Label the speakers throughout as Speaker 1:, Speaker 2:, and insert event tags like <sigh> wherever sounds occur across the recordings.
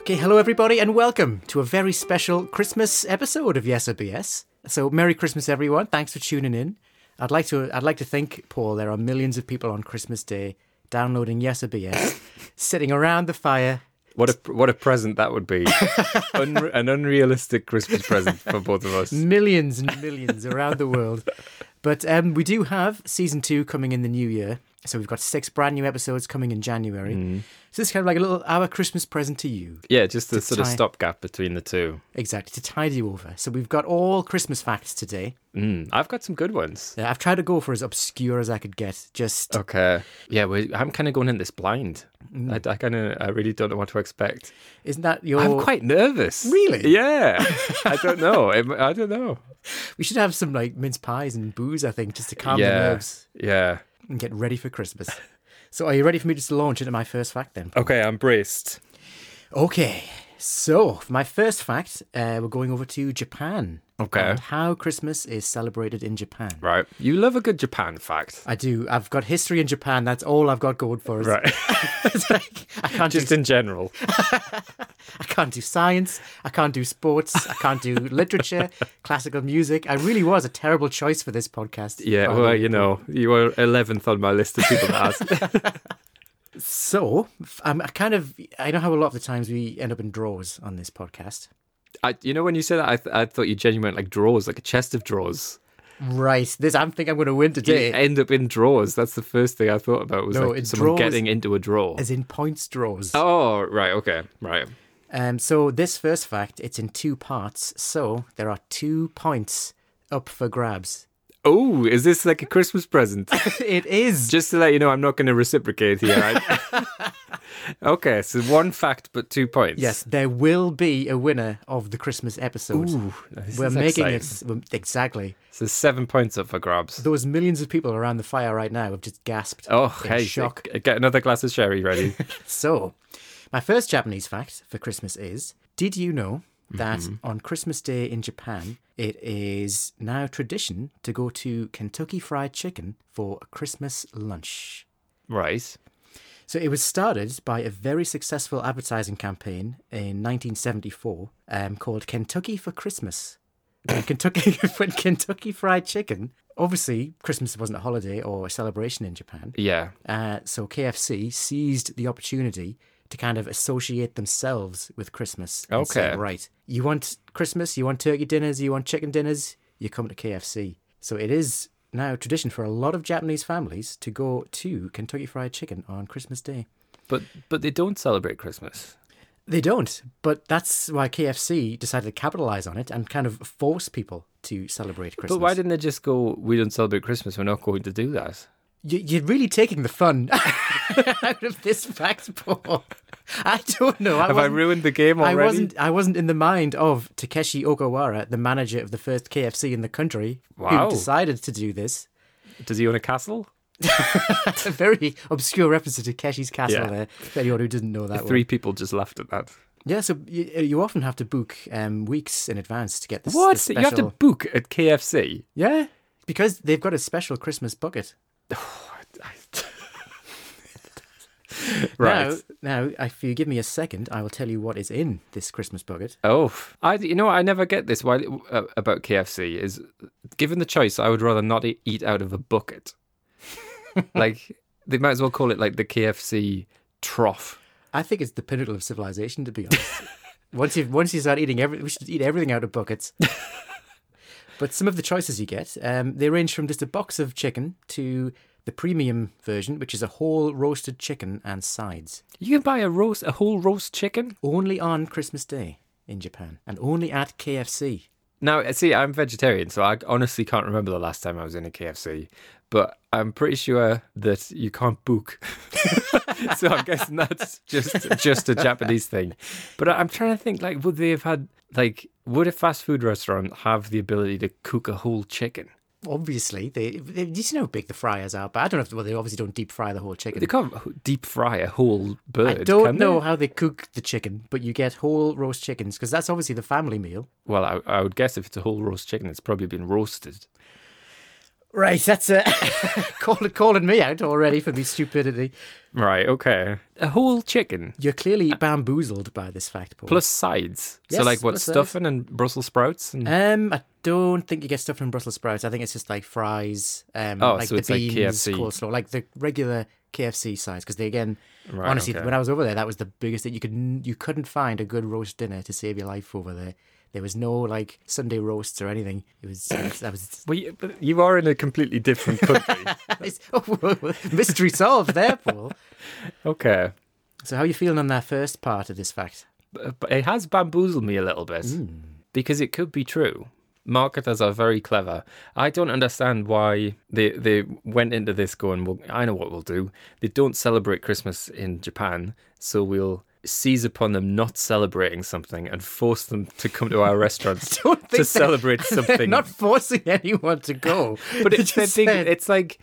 Speaker 1: Okay, hello everybody, and welcome to a very special Christmas episode of Yes or BS. So, Merry Christmas, everyone! Thanks for tuning in. I'd like to, I'd like to think, Paul, there are millions of people on Christmas Day downloading Yes or BS, <coughs> sitting around the fire.
Speaker 2: What a what a present that would be! <laughs> Unre- an unrealistic Christmas present for both of us.
Speaker 1: millions and millions around the world. But um, we do have season two coming in the new year. So we've got six brand new episodes coming in January. So this is kind of like a little our Christmas present to you.
Speaker 2: Yeah, just the
Speaker 1: To
Speaker 2: sort of
Speaker 1: tie-
Speaker 2: stopgap between the two.
Speaker 1: Exactly, to tide you over. So we've got all Christmas facts today.
Speaker 2: Mm, I've got some good ones.
Speaker 1: Uh, I've tried to go for as obscure as I could get. Just
Speaker 2: Okay, yeah, we I'm kind of going in this blind. I, I kind of I really don't know what to expect.
Speaker 1: isn't that your
Speaker 2: I'm quite nervous.
Speaker 1: Really?
Speaker 2: <laughs> Yeah. I don't know. It, I don't know.
Speaker 1: We should have some like mince pies and booze, I think, just to calm the
Speaker 2: yeah.
Speaker 1: nerves
Speaker 2: Yeah.
Speaker 1: and get ready for Christmas. so are you ready for me just to launch into my first fact then?
Speaker 2: Okay, I'm braced.
Speaker 1: Okay, so for my first fact, uh, we're going over to Japan.
Speaker 2: Okay.
Speaker 1: And how Christmas is celebrated in Japan.
Speaker 2: Right. You love a good Japan fact.
Speaker 1: I do. I've got history in Japan. That's all I've got going for us.
Speaker 2: Right.
Speaker 1: <laughs> It's like, I can't
Speaker 2: <laughs> just
Speaker 1: do.
Speaker 2: in general.
Speaker 1: I can't do science. I can't do sports. I can't
Speaker 2: <laughs>
Speaker 1: do literature, classical music. I really was a terrible choice for this podcast.
Speaker 2: <laughs> Yeah,
Speaker 1: by the
Speaker 2: well,
Speaker 1: way.
Speaker 2: you know, you were 11th on my list of <laughs> people to ask.
Speaker 1: So f- I'm I kind of. I know how a lot of the times we end up in draws on this podcast.
Speaker 2: I, you know, when you said that, I, th- I thought you genuinely meant like drawers, like a chest of drawers.
Speaker 1: Right. This. I think I'm going to win
Speaker 2: You
Speaker 1: today.
Speaker 2: end up in drawers. That's the first thing I thought about was
Speaker 1: No,
Speaker 2: like
Speaker 1: it's
Speaker 2: someone
Speaker 1: drawers-
Speaker 2: getting into a drawer.
Speaker 1: As in points draws.
Speaker 2: Oh, right. Okay. Right.
Speaker 1: Um, so this first fact, it's in two parts. So there are two points up for grabs. <laughs>
Speaker 2: Oh, is this like a Christmas present?
Speaker 1: it is.
Speaker 2: Just to let you know, I'm not going to reciprocate here. I...
Speaker 1: <laughs>
Speaker 2: okay, so one fact but two points.
Speaker 1: Yes, there will be a winner of the Christmas episode.
Speaker 2: Ooh, this
Speaker 1: We're
Speaker 2: is
Speaker 1: making it
Speaker 2: exciting.
Speaker 1: we're- exactly.
Speaker 2: So seven points up for grabs.
Speaker 1: Those millions of people around the fire right now have just gasped
Speaker 2: Oh,
Speaker 1: in
Speaker 2: hey,
Speaker 1: shock.
Speaker 2: g- get another glass of sherry
Speaker 1: <laughs>
Speaker 2: ready.
Speaker 1: So, my first Japanese fact for Christmas is: Did you know that on Christmas Day in Japan, it is now tradition to go to Kentucky Fried Chicken for a Christmas lunch?
Speaker 2: right.
Speaker 1: So it was started by a very successful advertising campaign in 1974 um, called Kentucky for Christmas. When Kentucky, <laughs> when Kentucky Fried Chicken. Obviously, Christmas wasn't a holiday or a celebration in Japan.
Speaker 2: Yeah.
Speaker 1: Uh, so KFC seized the opportunity to kind of associate themselves with Christmas. and say,
Speaker 2: Okay.
Speaker 1: right. You want Christmas, you want turkey dinners, you want chicken dinners, you come to KFC. So it is now tradition for a lot of Japanese families to go to Kentucky Fried Chicken on Christmas Day.
Speaker 2: But but they don't celebrate Christmas.
Speaker 1: They don't, but that's why KFC decided to capitalize on it and kind of force people to celebrate Christmas.
Speaker 2: But why didn't they just go? We don't celebrate Christmas. We're not going to do that.
Speaker 1: You- You're really taking the fun <laughs> out of this fact, Paul. I don't know. I
Speaker 2: Have I
Speaker 1: wasn't-
Speaker 2: ruined the game already?
Speaker 1: I wasn't. I wasn't in the mind of Takeshi Okawara, the manager of the first KFC in the country,
Speaker 2: Wow.
Speaker 1: who decided to do this.
Speaker 2: Does he own a castle?
Speaker 1: A
Speaker 2: <laughs>
Speaker 1: very obscure reference to Takeshi's Castle
Speaker 2: Yeah.
Speaker 1: there. For anyone who didn't know that one.
Speaker 2: Three people just laughed at that.
Speaker 1: Yeah, so you, you often have to book um, weeks in advance to get this.
Speaker 2: What?
Speaker 1: this
Speaker 2: You have to
Speaker 1: special-
Speaker 2: book at KFC.
Speaker 1: Yeah, because they've got a special Christmas bucket.
Speaker 2: Right.
Speaker 1: Now, now, if you give me a second, I will tell you what is in this Christmas bucket.
Speaker 2: Oh, I you know what, I never get this why uh, about KFC is given the choice I would rather not e- eat out of
Speaker 1: <laughs>
Speaker 2: a bucket. like they might as well call it like the KFC trough.
Speaker 1: I think it's the pinnacle of civilization, to be
Speaker 2: <laughs>
Speaker 1: honest. once you once you start eating every, we should eat everything out of
Speaker 2: <laughs>
Speaker 1: buckets. but some of the choices you get, um, they range from just a box of chicken to the premium version, which is a whole roasted chicken and sides,
Speaker 2: You can buy a roast a whole roast chicken.
Speaker 1: only on Christmas Day in Japan and only at KFC.
Speaker 2: Now, uh, see, I'm vegetarian, so I honestly can't remember the last time I was in a KFC, but I'm pretty sure that you can't book. <laughs> so I'm guessing that's just just a Japanese thing. But I- I'm trying to think, like, would they have had like would a fast food restaurant have the ability to cook a whole chicken?
Speaker 1: Obviously, they, they you know how big the fryers are, but I don't know if well, they obviously don't deep fry the whole chicken.
Speaker 2: They can't h- deep fry a whole bird.
Speaker 1: I
Speaker 2: can
Speaker 1: don't
Speaker 2: they?
Speaker 1: know how they cook the chicken, but you get whole roast chickens because that's obviously the family meal.
Speaker 2: Well, I, I would guess if it's a whole roast chicken, it's probably been roasted.
Speaker 1: Right, that's <laughs> a call, calling me out already for me stupidity.
Speaker 2: Right, okay. A whole chicken
Speaker 1: You're clearly bamboozled by this fact, Paul.
Speaker 2: plus sides. so
Speaker 1: Yes,
Speaker 2: like what
Speaker 1: plus sides.
Speaker 2: stuffing and Brussels sprouts and
Speaker 1: um, I don't think you get stuff from Brussels sprouts. I think it's just like fries. Um,
Speaker 2: Oh,
Speaker 1: like
Speaker 2: so
Speaker 1: the
Speaker 2: it's like
Speaker 1: beans,
Speaker 2: KFC.
Speaker 1: coleslaw, like the regular KFC size. Because they again,
Speaker 2: Right,
Speaker 1: honestly,
Speaker 2: okay.
Speaker 1: when I was over there, that was the biggest thing you could n- you couldn't find a good roast dinner to save your life over there. There was no like Sunday roasts or anything. It was that was <laughs>
Speaker 2: well, you, but you are in a completely different country.
Speaker 1: It's- mystery solved there, Paul.
Speaker 2: okay.
Speaker 1: So how are you feeling on that first part of this fact? <laughs>
Speaker 2: But but it has bamboozled me a little bit because it could be true. Marketers are very clever. I don't understand why they they went into this going, well, I know what we'll do. They don't celebrate Christmas in Japan, so we'll seize upon them not celebrating something and force them to come to our
Speaker 1: <laughs>
Speaker 2: restaurants
Speaker 1: Don't think
Speaker 2: to
Speaker 1: they're-
Speaker 2: celebrate
Speaker 1: They're
Speaker 2: something
Speaker 1: <laughs> not forcing anyone to go.
Speaker 2: <laughs> but
Speaker 1: They
Speaker 2: it's the
Speaker 1: just
Speaker 2: thing.
Speaker 1: said-
Speaker 2: It's like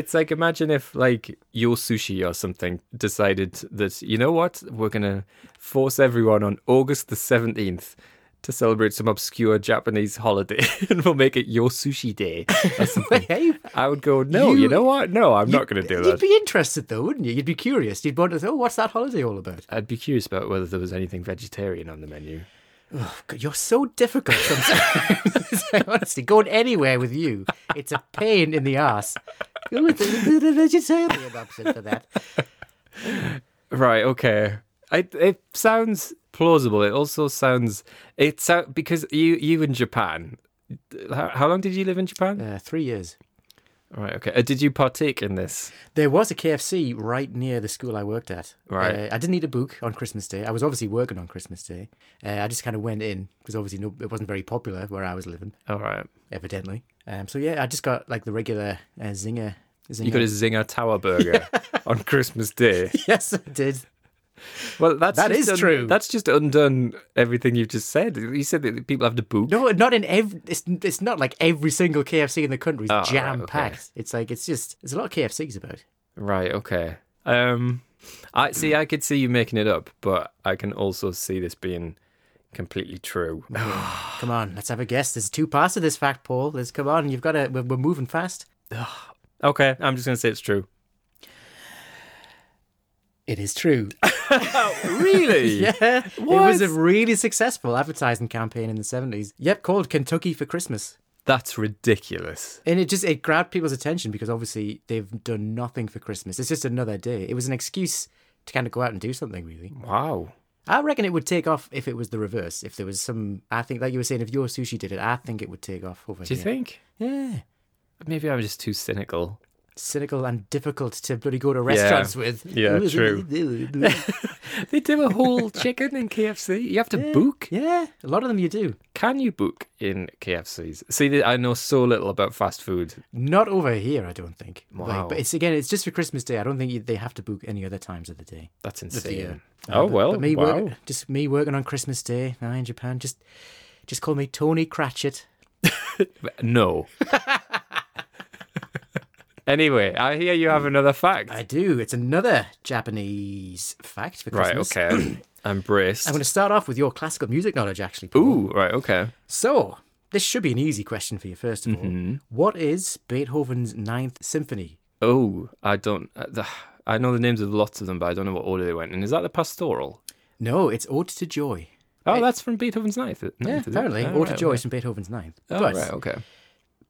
Speaker 2: it's like imagine if like your sushi or something decided that you know what we're gonna force everyone on August the seventeenth to celebrate some obscure Japanese holiday <laughs> and we'll make it your sushi
Speaker 1: <laughs>
Speaker 2: day or something.
Speaker 1: Hey,
Speaker 2: I would go no. You,
Speaker 1: You-
Speaker 2: know what? No, I'm not gonna do
Speaker 1: You'd
Speaker 2: that.
Speaker 1: be interested though, wouldn't you? You'd be curious. You'd want to know, oh, what's that holiday all about?
Speaker 2: I'd be curious about whether there was anything vegetarian on the menu.
Speaker 1: Oh, God, you're so difficult sometimes. <laughs> Honestly, going anywhere with you, it's a pain in the ass. You're the vegetarian option for that.
Speaker 2: Right. Okay. It it sounds plausible. It also sounds it sound because you you in Japan. How, how long did you live in Japan?
Speaker 1: Uh, three years.
Speaker 2: Right. Okay. Uh, did you partake in this?
Speaker 1: There was a KFC right near the school I worked at.
Speaker 2: Right.
Speaker 1: Uh, I didn't eat a book on Christmas Day. I was obviously working on Christmas Day. Uh, I just kind of went in because obviously no, it wasn't very popular where I was living,
Speaker 2: All right.
Speaker 1: evidently. Um, so yeah, I just got like the regular uh, zinger. zinger.
Speaker 2: You got a Zinger Tower <laughs> burger on Christmas Day.
Speaker 1: <laughs> yes, I did.
Speaker 2: Well, that's
Speaker 1: That
Speaker 2: just
Speaker 1: is true.
Speaker 2: That's just undone everything you've just said. You said that people have to boot.
Speaker 1: No, not in every. It's, it's not like every single KFC in the country is
Speaker 2: right,
Speaker 1: jam packed. It's like it's just there's a lot of KFCs about.
Speaker 2: Right. Okay. Um, I see. I could see you making it up, but I can also see this being completely true.
Speaker 1: Come on, let's have a guess. There's two parts of this fact, Paul. There's come on, you've got to. We're, we're moving fast.
Speaker 2: okay. I'm just gonna say it's true.
Speaker 1: It is <laughs> true.
Speaker 2: <laughs> Really?
Speaker 1: yeah, it was
Speaker 2: What?
Speaker 1: a really successful advertising campaign in the seventies. Yep, called Kentucky for Christmas,
Speaker 2: That's ridiculous.
Speaker 1: and it just it grabbed people's attention because obviously they've done nothing for Christmas. It's just another day. It was an excuse to kind of go out and do something, really.
Speaker 2: Wow.
Speaker 1: I reckon it would take off if it was the reverse. If there was some, I think, like you were saying, if your sushi did it, I think it would take off over
Speaker 2: Do you
Speaker 1: here.
Speaker 2: think?
Speaker 1: Yeah.
Speaker 2: Maybe I'm just too cynical.
Speaker 1: Cynical and difficult to bloody go to restaurants with. <laughs>
Speaker 2: Yeah,
Speaker 1: true.
Speaker 2: They do a whole chicken in KFC. You have to book.
Speaker 1: <laughs> yeah, a lot of them you do.
Speaker 2: Can you book in KFCs? See, th- I know so little about fast food.
Speaker 1: Not over here, I don't think. Like,
Speaker 2: Wow.
Speaker 1: but it's again, it's just for Christmas Day. I don't think you, they have to book any other times of the day.
Speaker 2: That's
Speaker 1: the
Speaker 2: insane.
Speaker 1: year.
Speaker 2: oh
Speaker 1: But-
Speaker 2: well,
Speaker 1: but me <laughs>
Speaker 2: wow.
Speaker 1: working, just me working on Christmas Day now in Japan. Just, just call me Tony Cratchit.
Speaker 2: No. anyway, I hear you have another fact.
Speaker 1: I do. It's another Japanese fact for
Speaker 2: right.
Speaker 1: Christmas. <clears throat>
Speaker 2: Okay. I'm braced.
Speaker 1: I'm going to start off with your classical music knowledge, actually. Paul.
Speaker 2: Ooh. Right. Okay.
Speaker 1: So, this should be an easy question for you, first of
Speaker 2: Mm-hmm.
Speaker 1: all. What is Beethoven's Ninth Symphony?
Speaker 2: Oh, I don't. uh, th- I know the names of lots of them, but I don't know what order they went in. Is that the pastoral?
Speaker 1: No, it's Ode to Joy.
Speaker 2: Oh, that's from Beethoven's ninth. ninth
Speaker 1: Yeah,
Speaker 2: is it?
Speaker 1: apparently.
Speaker 2: Oh,
Speaker 1: Ode
Speaker 2: right,
Speaker 1: to Joy
Speaker 2: okay.
Speaker 1: is from Beethoven's Ninth.
Speaker 2: Oh,
Speaker 1: but
Speaker 2: right. Okay.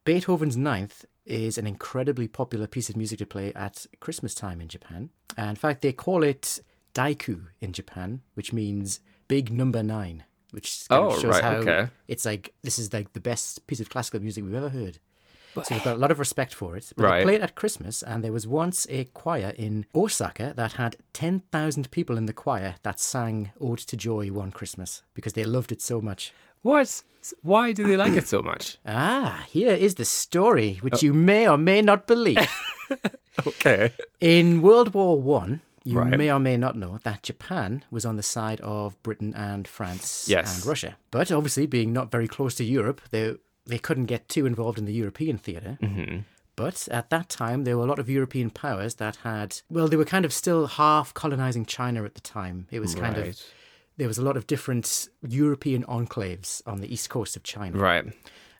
Speaker 1: Beethoven's Ninth is an incredibly popular piece of music to play at Christmas time in Japan. And in fact, they call it Daiku in Japan, which means big number nine, which kind
Speaker 2: Oh,
Speaker 1: of shows
Speaker 2: right,
Speaker 1: how
Speaker 2: okay.
Speaker 1: it's like this is like the best piece of classical music we've ever heard. So they've got a lot of respect for it. But
Speaker 2: Right.
Speaker 1: they play it at Christmas, and there was once a choir in Osaka that had 10,000 people in the choir that sang Ode to Joy one Christmas because they loved it so much.
Speaker 2: What? Why do they like it so
Speaker 1: <laughs>
Speaker 2: much?
Speaker 1: Ah, here is the story, which
Speaker 2: Oh.
Speaker 1: you may or may not believe.
Speaker 2: <laughs> Okay.
Speaker 1: In World War One, you
Speaker 2: Right.
Speaker 1: may or may not know that Japan was on the side of Britain and France
Speaker 2: Yes.
Speaker 1: and Russia. But obviously, being not very close to Europe, they they couldn't get too involved in the European theater
Speaker 2: Mm-hmm.
Speaker 1: But at that time, there were a lot of European powers that had, well, they were kind of still half colonizing China at the time. It was kind of,
Speaker 2: Right.
Speaker 1: there was a lot of different European enclaves on the east coast of China.
Speaker 2: Right.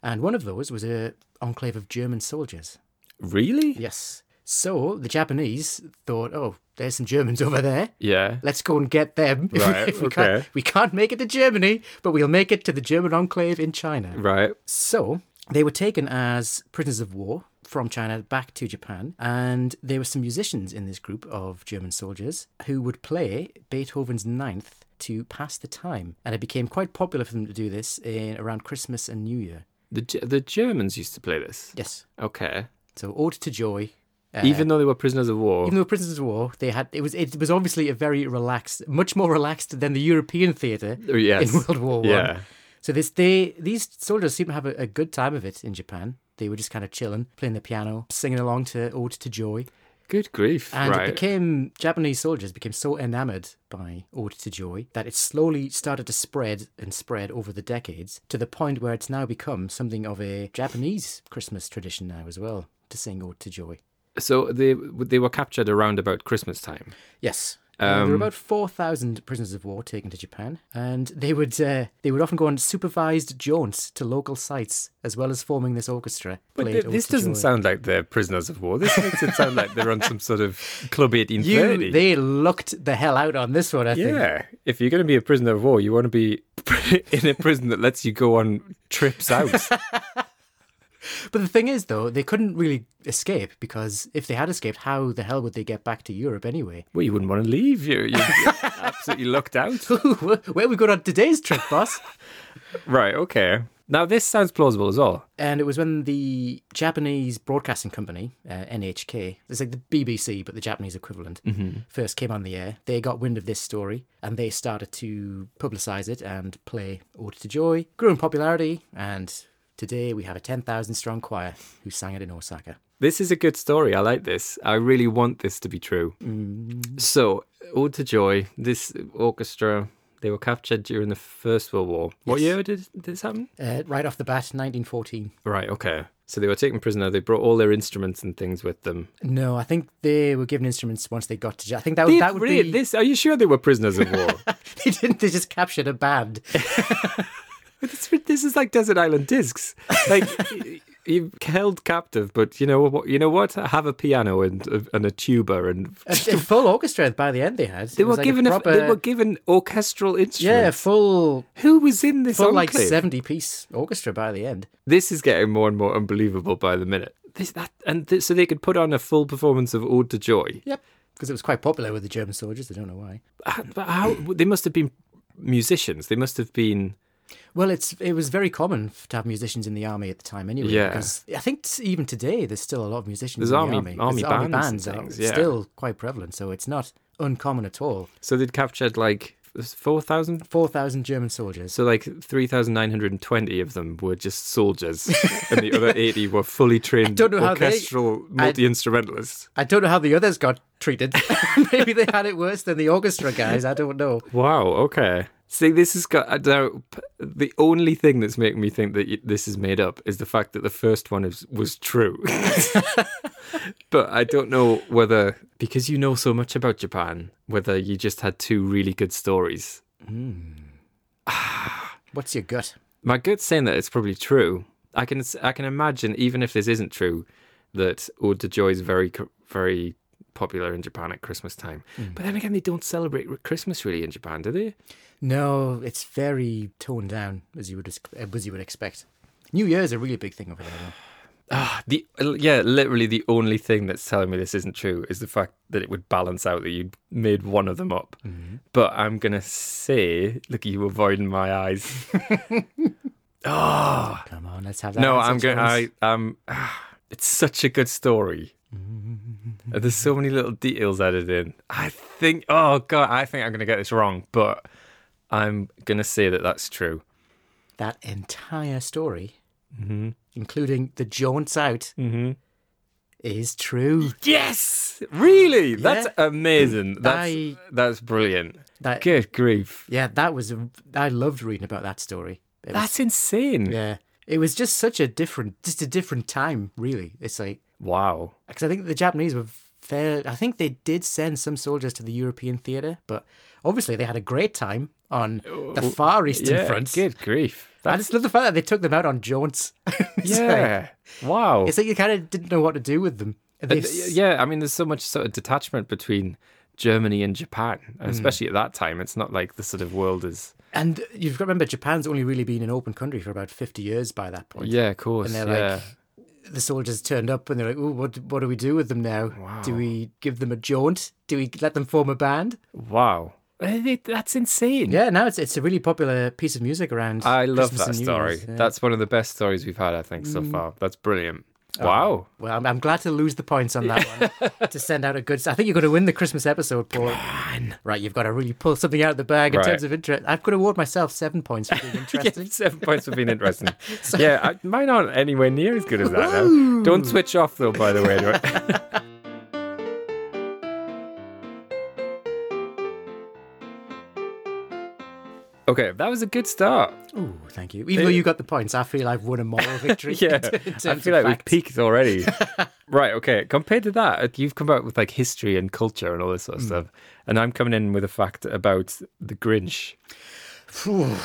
Speaker 1: And one of those was a enclave of German soldiers.
Speaker 2: Really?
Speaker 1: Yes. So the Japanese thought, oh, there's some Germans over there.
Speaker 2: Yeah.
Speaker 1: Let's go and get them. <laughs> If we-
Speaker 2: Right,
Speaker 1: if we,
Speaker 2: okay.
Speaker 1: can't, we can't make it to Germany, but we'll make it to the German enclave in China.
Speaker 2: Right.
Speaker 1: So they were taken as prisoners of war from China back to Japan, and there were some musicians in this group of German soldiers who would play Beethoven's Ninth to pass the time, and it became quite popular for them to do this in around Christmas and New Year.
Speaker 2: The Ge- the Germans used to play this.
Speaker 1: Yes,
Speaker 2: Okay.
Speaker 1: so Ode to Joy. uh,
Speaker 2: even though they were prisoners of war.
Speaker 1: even though prisoners of war, they had it was it was obviously a very relaxed, much more relaxed than the European theatre
Speaker 2: Oh, yes.
Speaker 1: in World War One.
Speaker 2: Yeah.
Speaker 1: So this they these soldiers seem to have a, a good time of it in Japan. They were just kind of chilling, playing the piano, singing along to Ode to Joy,
Speaker 2: Good grief.
Speaker 1: and
Speaker 2: right.
Speaker 1: it became Japanese soldiers became so enamored by Ode to Joy that it slowly started to spread and spread over the decades to the point where it's now become something of a Japanese Christmas tradition now as well to sing Ode to Joy.
Speaker 2: so they they were captured around about Christmas time.
Speaker 1: Yes. Uh,
Speaker 2: Um,
Speaker 1: there were about four thousand prisoners of war taken to Japan, and they would uh, they would often go on supervised jaunts to local sites, as well as forming this orchestra.
Speaker 2: But
Speaker 1: played
Speaker 2: th-
Speaker 1: Ode
Speaker 2: this
Speaker 1: to
Speaker 2: doesn't
Speaker 1: Joy.
Speaker 2: sound like they're prisoners of war. This makes it sound like they're on some sort of club
Speaker 1: You,
Speaker 2: 1830.
Speaker 1: they looked the hell out on this one. I think.
Speaker 2: yeah. If you're going to be a prisoner of war, you want to be <laughs> in a prison that lets you go on trips out.
Speaker 1: But the thing is, though, they couldn't really escape because if they had escaped, how the hell would they get back to Europe anyway? <laughs>
Speaker 2: well, you wouldn't want to leave. You're, you're absolutely
Speaker 1: <laughs>
Speaker 2: locked out.
Speaker 1: Where we going on today's trip, boss?
Speaker 2: Right. Okay. Now, this sounds plausible as well.
Speaker 1: and it was when the Japanese broadcasting company uh, NHK, it's like the BBC but the Japanese equivalent,
Speaker 2: Mm-hmm.
Speaker 1: first came on the air. They got wind of this story and they started to publicise it and play Order to Joy, grew in popularity, and today we have a ten thousand strong choir who sang it in Osaka.
Speaker 2: This is a good story. I like this. I really want this to be true.
Speaker 1: Mm.
Speaker 2: So, Ode to Joy, this orchestra, they were captured during the First World War. What year did this happen?
Speaker 1: Uh, right off the bat, 1914.
Speaker 2: Right, okay. So they were taken prisoner. They brought all their instruments and things with them.
Speaker 1: No, I think they were given instruments once they got to. Ja- I think that
Speaker 2: They-
Speaker 1: would that would <laughs>
Speaker 2: really,
Speaker 1: be.
Speaker 2: this. Are you sure they were prisoners
Speaker 1: <laughs>
Speaker 2: of war?
Speaker 1: They didn't. They just captured a
Speaker 2: <laughs>
Speaker 1: band.
Speaker 2: this, this is like Desert Island Discs. Like
Speaker 1: <laughs>
Speaker 2: you held captive, but you know what? You know what? Have a piano and a- and a tuba, and
Speaker 1: a, a full orchestra by the end they had.
Speaker 2: they were given a, they were given orchestral
Speaker 1: yeah,
Speaker 2: instruments.
Speaker 1: full
Speaker 2: Who was in this?
Speaker 1: full like
Speaker 2: enclave?
Speaker 1: seventy piece orchestra by the end.
Speaker 2: this is getting more and more unbelievable by the minute. This, that, and th- so they could put on a full performance of Ode to Joy.
Speaker 1: Yep, because it was quite popular with the German soldiers. I don't know why.
Speaker 2: Ah, But how they must have been musicians. They must have been
Speaker 1: Well, it's it was very common f- to have musicians in the army at the time anyway.
Speaker 2: Yeah.
Speaker 1: because I think t- even today there's still a lot of musicians
Speaker 2: There's
Speaker 1: in
Speaker 2: army-
Speaker 1: the army. 'cause
Speaker 2: army
Speaker 1: army
Speaker 2: bands
Speaker 1: bands
Speaker 2: and
Speaker 1: are
Speaker 2: things, yeah.
Speaker 1: still quite prevalent, so it's not uncommon at all.
Speaker 2: so they'd captured like four thousand.
Speaker 1: Four thousand German soldiers.
Speaker 2: So like three thousand nine hundred and twenty of them were just soldiers, and the <laughs> other eighty were fully trained
Speaker 1: don't know how they-
Speaker 2: orchestral multi instrumentalists.
Speaker 1: I don't know how the others got treated. <laughs> Maybe they had it worse than the orchestra guys. I don't know.
Speaker 2: Wow. Okay. See, this has got. I don't, the only thing that's making me think that y- this is made up is the fact that the first one is, was <laughs> true. but I don't know whether, because you know so much about Japan, whether you just had two really good stories.
Speaker 1: What's your gut?
Speaker 2: My gut's saying that it's probably true. I can s- I can imagine, even if this isn't true, that Ode to Joy is very co- very popular in Japan at Christmas time. But then again, they don't celebrate Christmas really in Japan, do they?
Speaker 1: No, it's very toned down as you would ex- uh, as you would expect. New Year's a really big thing over there. Though.
Speaker 2: Ah, the yeah, literally the only thing that's telling me this isn't true is the fact that it would balance out that you made one of them up. But I'm gonna say, look, you avoiding my eyes. oh
Speaker 1: Come on, let's have that.
Speaker 2: no,
Speaker 1: answer,
Speaker 2: I'm <sighs> gonna.
Speaker 1: Charles.
Speaker 2: I, um, it's such a good story. And There's so many little details added in. I think. Oh god, I think I'm gonna get this wrong, but I'm gonna say that that's true.
Speaker 1: That entire story,
Speaker 2: Mm-hmm.
Speaker 1: including the jaunts out, is true.
Speaker 2: Yes, really, that's amazing. That's
Speaker 1: I-
Speaker 2: that's brilliant.
Speaker 1: That
Speaker 2: Good grief.
Speaker 1: yeah, that was. a- I loved reading about that story. It was-
Speaker 2: That's insane.
Speaker 1: yeah, it was just such a different, just a different time. Really, it's like
Speaker 2: Wow.
Speaker 1: because I think the Japanese were fair. I think they did send some soldiers to the European theatre, but obviously they had a great time on the Far Eastern
Speaker 2: Oh, Yeah,
Speaker 1: Front.
Speaker 2: Good grief.
Speaker 1: I just love the fact that they took them out on jaunts. <laughs> It's like-
Speaker 2: yeah. wow.
Speaker 1: it's like you kind of didn't know what to do with them. And they
Speaker 2: And, uh,
Speaker 1: s-
Speaker 2: yeah, I mean, there's so much sort of detachment between Germany and Japan,
Speaker 1: Hmm.
Speaker 2: and especially at that time. It's not like the sort of world is.
Speaker 1: And you've got to remember, Japan's only really been an open country for about 50 years by that point.
Speaker 2: Yeah, of course.
Speaker 1: they're like,
Speaker 2: yeah.
Speaker 1: The soldiers turned up and they're like, Ooh, what, what do we do with them now? Do we give them a jaunt? Do we let them form a band?
Speaker 2: wow. Eh, they- That's insane.
Speaker 1: Yeah, now it's, it's a really popular piece of music around.
Speaker 2: I love
Speaker 1: Christmas
Speaker 2: that
Speaker 1: and New
Speaker 2: story.
Speaker 1: Year's, yeah.
Speaker 2: That's one of the best stories we've had, I think, so far. That's brilliant.
Speaker 1: Oh.
Speaker 2: Wow.
Speaker 1: Well, I'm, I'm glad to lose the points on that
Speaker 2: <laughs>
Speaker 1: one to send out a good. I think you're going to win the Christmas episode, Paul. Right, you've got to really pull something out of the bag in
Speaker 2: Right.
Speaker 1: terms of interest. I've got to award myself seven points for
Speaker 2: <laughs>
Speaker 1: being <laughs> interesting.
Speaker 2: Seven points have
Speaker 1: <laughs>
Speaker 2: been interesting. yeah, I, mine aren't anywhere near as good as that. Though. Don't switch off, though, by the way. Don't. <laughs> okay, that was a
Speaker 1: <laughs>
Speaker 2: good start.
Speaker 1: Ooh, thank you. Even though you got the points, I feel I've won a
Speaker 2: <laughs>
Speaker 1: moral victory.
Speaker 2: Yeah,
Speaker 1: in terms
Speaker 2: I
Speaker 1: of
Speaker 2: feel like we've
Speaker 1: fact. <laughs>
Speaker 2: peaked already. right, okay. Compared to that, uh, you've come out with like history and culture and all this
Speaker 1: Hmm.
Speaker 2: sort of stuff. And I'm coming in with a fact about the Grinch.
Speaker 1: Phew.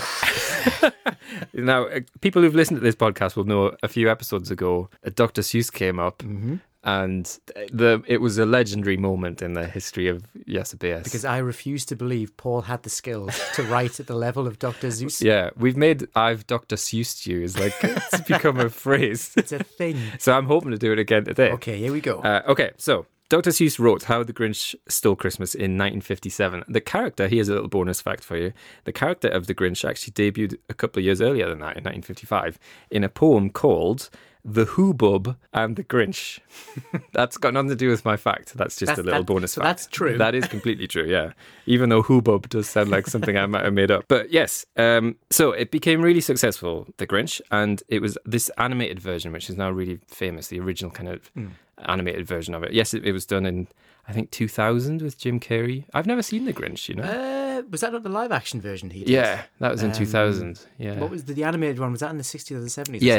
Speaker 2: Now, uh, people who've listened to this podcast will know a few episodes ago, uh, Dr. Seuss came up,
Speaker 1: Mm-hmm.
Speaker 2: and the it was a legendary moment in the history of Yesabeas.
Speaker 1: <laughs> Because I refuse to believe Paul had the skills to write at the level of Dr. Zeus.
Speaker 2: <laughs> yeah, we've made I've Dr. Seussed you is like <laughs> it's become a phrase.
Speaker 1: It's a thing.
Speaker 2: So I'm hoping to do it again today.
Speaker 1: Okay, here we go.
Speaker 2: Uh, okay, so Dr. Seuss wrote How the Grinch Stole Christmas in 1957. The character, here's a little bonus fact for you. The character of the Grinch actually debuted a couple of years earlier than that, in 1955, in a poem called The Hoobub and the Grinch. <laughs> that's got nothing to do with my fact. That's just
Speaker 1: That's-
Speaker 2: a little
Speaker 1: that-
Speaker 2: bonus
Speaker 1: so
Speaker 2: fact.
Speaker 1: that's true.
Speaker 2: That is completely true, yeah. Even though Hoobub does sound like something I might have made up. But yes, um, so it became really successful, The Grinch, and it was this animated version, which is now really famous, the original kind of
Speaker 1: Hmm.
Speaker 2: animated version of it. Yes, it, it was done in, I think, 2000 with Jim Carrey. I've never seen The Grinch, you know?
Speaker 1: Uh, was that not the live action version he did?
Speaker 2: yeah, that was in 2000. Yeah.
Speaker 1: What was the, the animated one? Was that in the 60s or the 70s?
Speaker 2: yeah,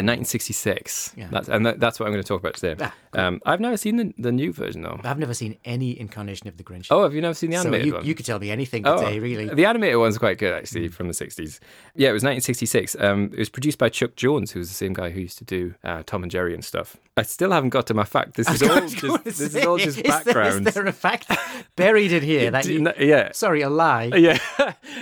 Speaker 2: 1966.
Speaker 1: Yeah.
Speaker 2: That's, and that, that's what I'm going to talk about today.
Speaker 1: Ah,
Speaker 2: um, I've never seen the, the new version, though.
Speaker 1: I've never seen any incarnation of the Grinch.
Speaker 2: Oh, have you never seen the
Speaker 1: so
Speaker 2: animated
Speaker 1: you,
Speaker 2: one?
Speaker 1: you could tell me anything
Speaker 2: Oh,
Speaker 1: today, really. <laughs> Mm.
Speaker 2: The animated one's quite good, actually, from the 60s. Yeah, it was 1966. Um, it was produced by Chuck Jones, who was the same guy who used to do uh, Tom and Jerry and stuff. I still haven't got to my fact. This is all just, this is all just
Speaker 1: background. <laughs>
Speaker 2: background.
Speaker 1: Is there a fact buried in
Speaker 2: <laughs>
Speaker 1: here that
Speaker 2: Do you
Speaker 1: you?
Speaker 2: kn- yeah.
Speaker 1: Sorry, a lie.
Speaker 2: Yeah.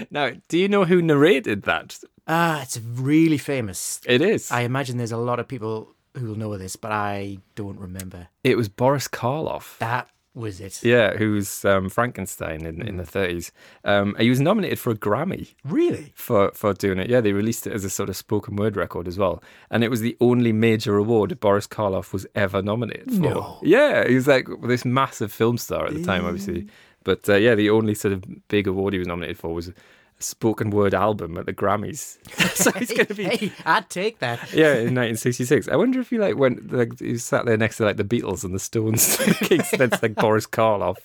Speaker 2: now, do you know who narrated that?
Speaker 1: Ah, it's really famous.
Speaker 2: It is.
Speaker 1: I imagine there's a lot of people who will know this, but I don't remember.
Speaker 2: It was Boris Karloff.
Speaker 1: That was it.
Speaker 2: yeah, who was um, Frankenstein in,
Speaker 1: Mm.
Speaker 2: in the 30s. Um, he was nominated for a Grammy <laughs>
Speaker 1: Really?
Speaker 2: for, for doing it. Yeah, they released it as a sort of spoken word record as well. And it was the only major award Boris Karloff was ever nominated for.
Speaker 1: No.
Speaker 2: Yeah, he was like this massive film star at the time, obviously. But uh, yeah, the only sort of big award he was nominated for was a spoken word album at the Grammys. <laughs> so he's going to be
Speaker 1: Hey, I'd take that.
Speaker 2: yeah, in 1966. I wonder if he like went like he sat there next to like the Beatles and the Stones, <laughs> thinking that's like Boris Karloff.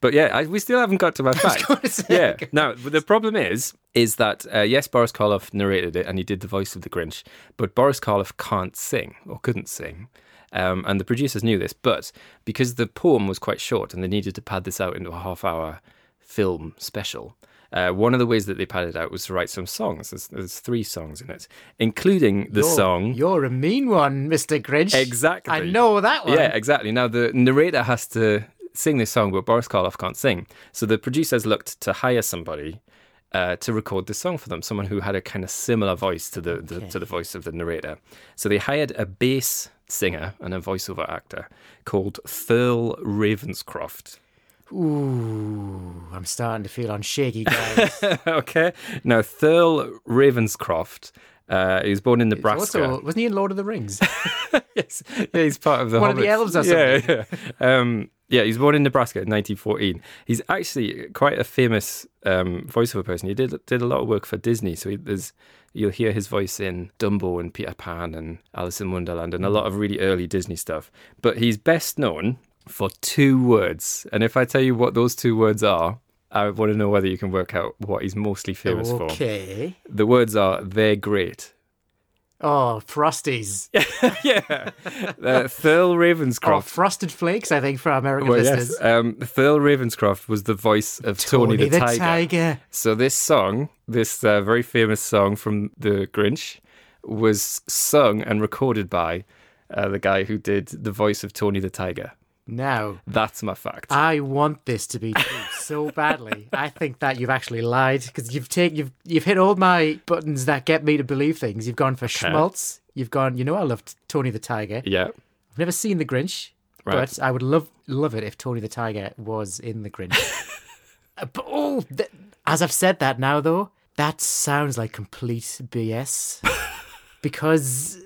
Speaker 2: But yeah, I, we still haven't
Speaker 1: <laughs>
Speaker 2: got to my fact.
Speaker 1: gonna say-
Speaker 2: yeah. Now but the problem is, is that uh, yes, Boris Karloff narrated it and he did the voice of the Grinch, but Boris Karloff can't sing or couldn't sing. Um, and the producers knew this, but because the poem was quite short and they needed to pad this out into a half hour film special. Uh, one of the ways that they padded out was to write some songs. There's, there's three songs in it, including the
Speaker 1: You're-
Speaker 2: song.
Speaker 1: You're a mean one, Mr. Grinch.
Speaker 2: Exactly.
Speaker 1: I know that one.
Speaker 2: Yeah, exactly. Now the narrator has to sing this song, but Boris Karloff can't sing. So the producers looked to hire somebody uh, to record this song for them, someone who had a kind of similar voice to the, the to the voice of the narrator. So they hired a bass singer and a voiceover actor called Thurl Ravenscroft. <laughs>
Speaker 1: Ooh, I'm starting to feel on shaky
Speaker 2: <laughs>
Speaker 1: ground.
Speaker 2: okay. Now Thurl Ravenscroft. Uh, he was born in Nebraska.
Speaker 1: also, wasn't he in Lord of the Rings?
Speaker 2: <laughs> yes. Yeah, he's part of the
Speaker 1: One of the
Speaker 2: Hobbits.
Speaker 1: elves or
Speaker 2: Yeah, yeah. Um, yeah, he was born in Nebraska in 1914. He's actually quite a famous um, voiceover person. He did did a lot of work for Disney, so he, there's you'll hear his voice in Dumbo and Peter Pan and Alice in Wonderland
Speaker 1: Mm.
Speaker 2: and a lot of really early Disney stuff. But he's best known for two words, and if I tell you what those two words are, I want to know whether you can work out what he's mostly famous for.
Speaker 1: okay.
Speaker 2: The words are "They're
Speaker 1: <laughs>
Speaker 2: great."
Speaker 1: Oh, Frosties.
Speaker 2: yeah, uh, Thurl
Speaker 1: Oh,
Speaker 2: Ravenscroft.
Speaker 1: Frosted Flakes, I think, for our American
Speaker 2: Well,
Speaker 1: listeners.
Speaker 2: yes. Um, Thurl Ravenscroft was the voice of Tony, the, Tiger. So this song, this uh, very famous song from The Grinch, was sung and recorded by uh, the guy who did the voice of Tony the Tiger.
Speaker 1: Now,
Speaker 2: That's my fact.
Speaker 1: I want this to be true so badly. I think that you've actually lied because you've taken you've you've hit all my buttons that get me to believe things. You've gone for Schmaltz. You've gone. You know, I loved Tony the Tiger.
Speaker 2: yeah.
Speaker 1: I've never seen The Grinch,
Speaker 2: Right.
Speaker 1: but I would love love it if Tony the Tiger was in The Grinch. Uh, but oh, th- as I've said that now though, that sounds like complete BS because.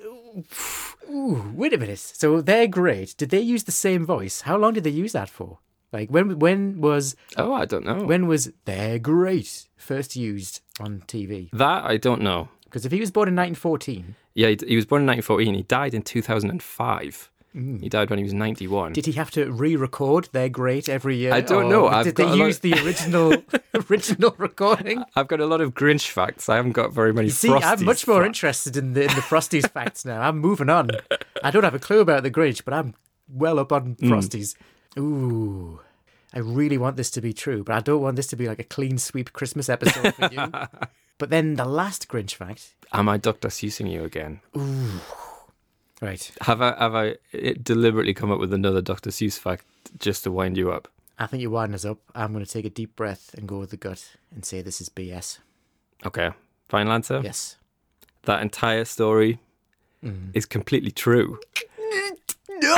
Speaker 1: Ooh, wait a minute. So they're great. Did they use the same voice? How long did they use that for? Like when when was
Speaker 2: Oh, I don't know.
Speaker 1: when was they're great first used on TV?
Speaker 2: that I don't know.
Speaker 1: Because if he was born in 1914,
Speaker 2: Yeah, he, he was born in 1914. He died in 2005. He died when he was 91.
Speaker 1: Mm. Did he have to re-record their great every year?
Speaker 2: I don't
Speaker 1: or
Speaker 2: know. I've
Speaker 1: did
Speaker 2: got a
Speaker 1: they
Speaker 2: lot-
Speaker 1: use the original
Speaker 2: <laughs>
Speaker 1: <laughs> original recording?
Speaker 2: I've got a lot of Grinch facts. I haven't got very many.
Speaker 1: See, I'm
Speaker 2: Frosties
Speaker 1: much more
Speaker 2: facts.
Speaker 1: interested in the in the Frosties facts now. I'm moving on. I don't have a clue about the Grinch, but I'm well up on
Speaker 2: Mm.
Speaker 1: Frosties. Ooh. I really want this to be true, but I don't want this to be like a clean sweep Christmas episode for
Speaker 2: <laughs>
Speaker 1: you. but then the last Grinch fact.
Speaker 2: Am I Dr. Seussing you again?
Speaker 1: Right.
Speaker 2: Have I have I eh, deliberately come up with another Dr. Seuss fact just to wind you up?
Speaker 1: I think you wind us up. I'm going to take a deep breath and go with the gut and say this is BS.
Speaker 2: Okay, final answer.
Speaker 1: Yes.
Speaker 2: That entire story is completely true. <laughs>
Speaker 1: <laughs> No!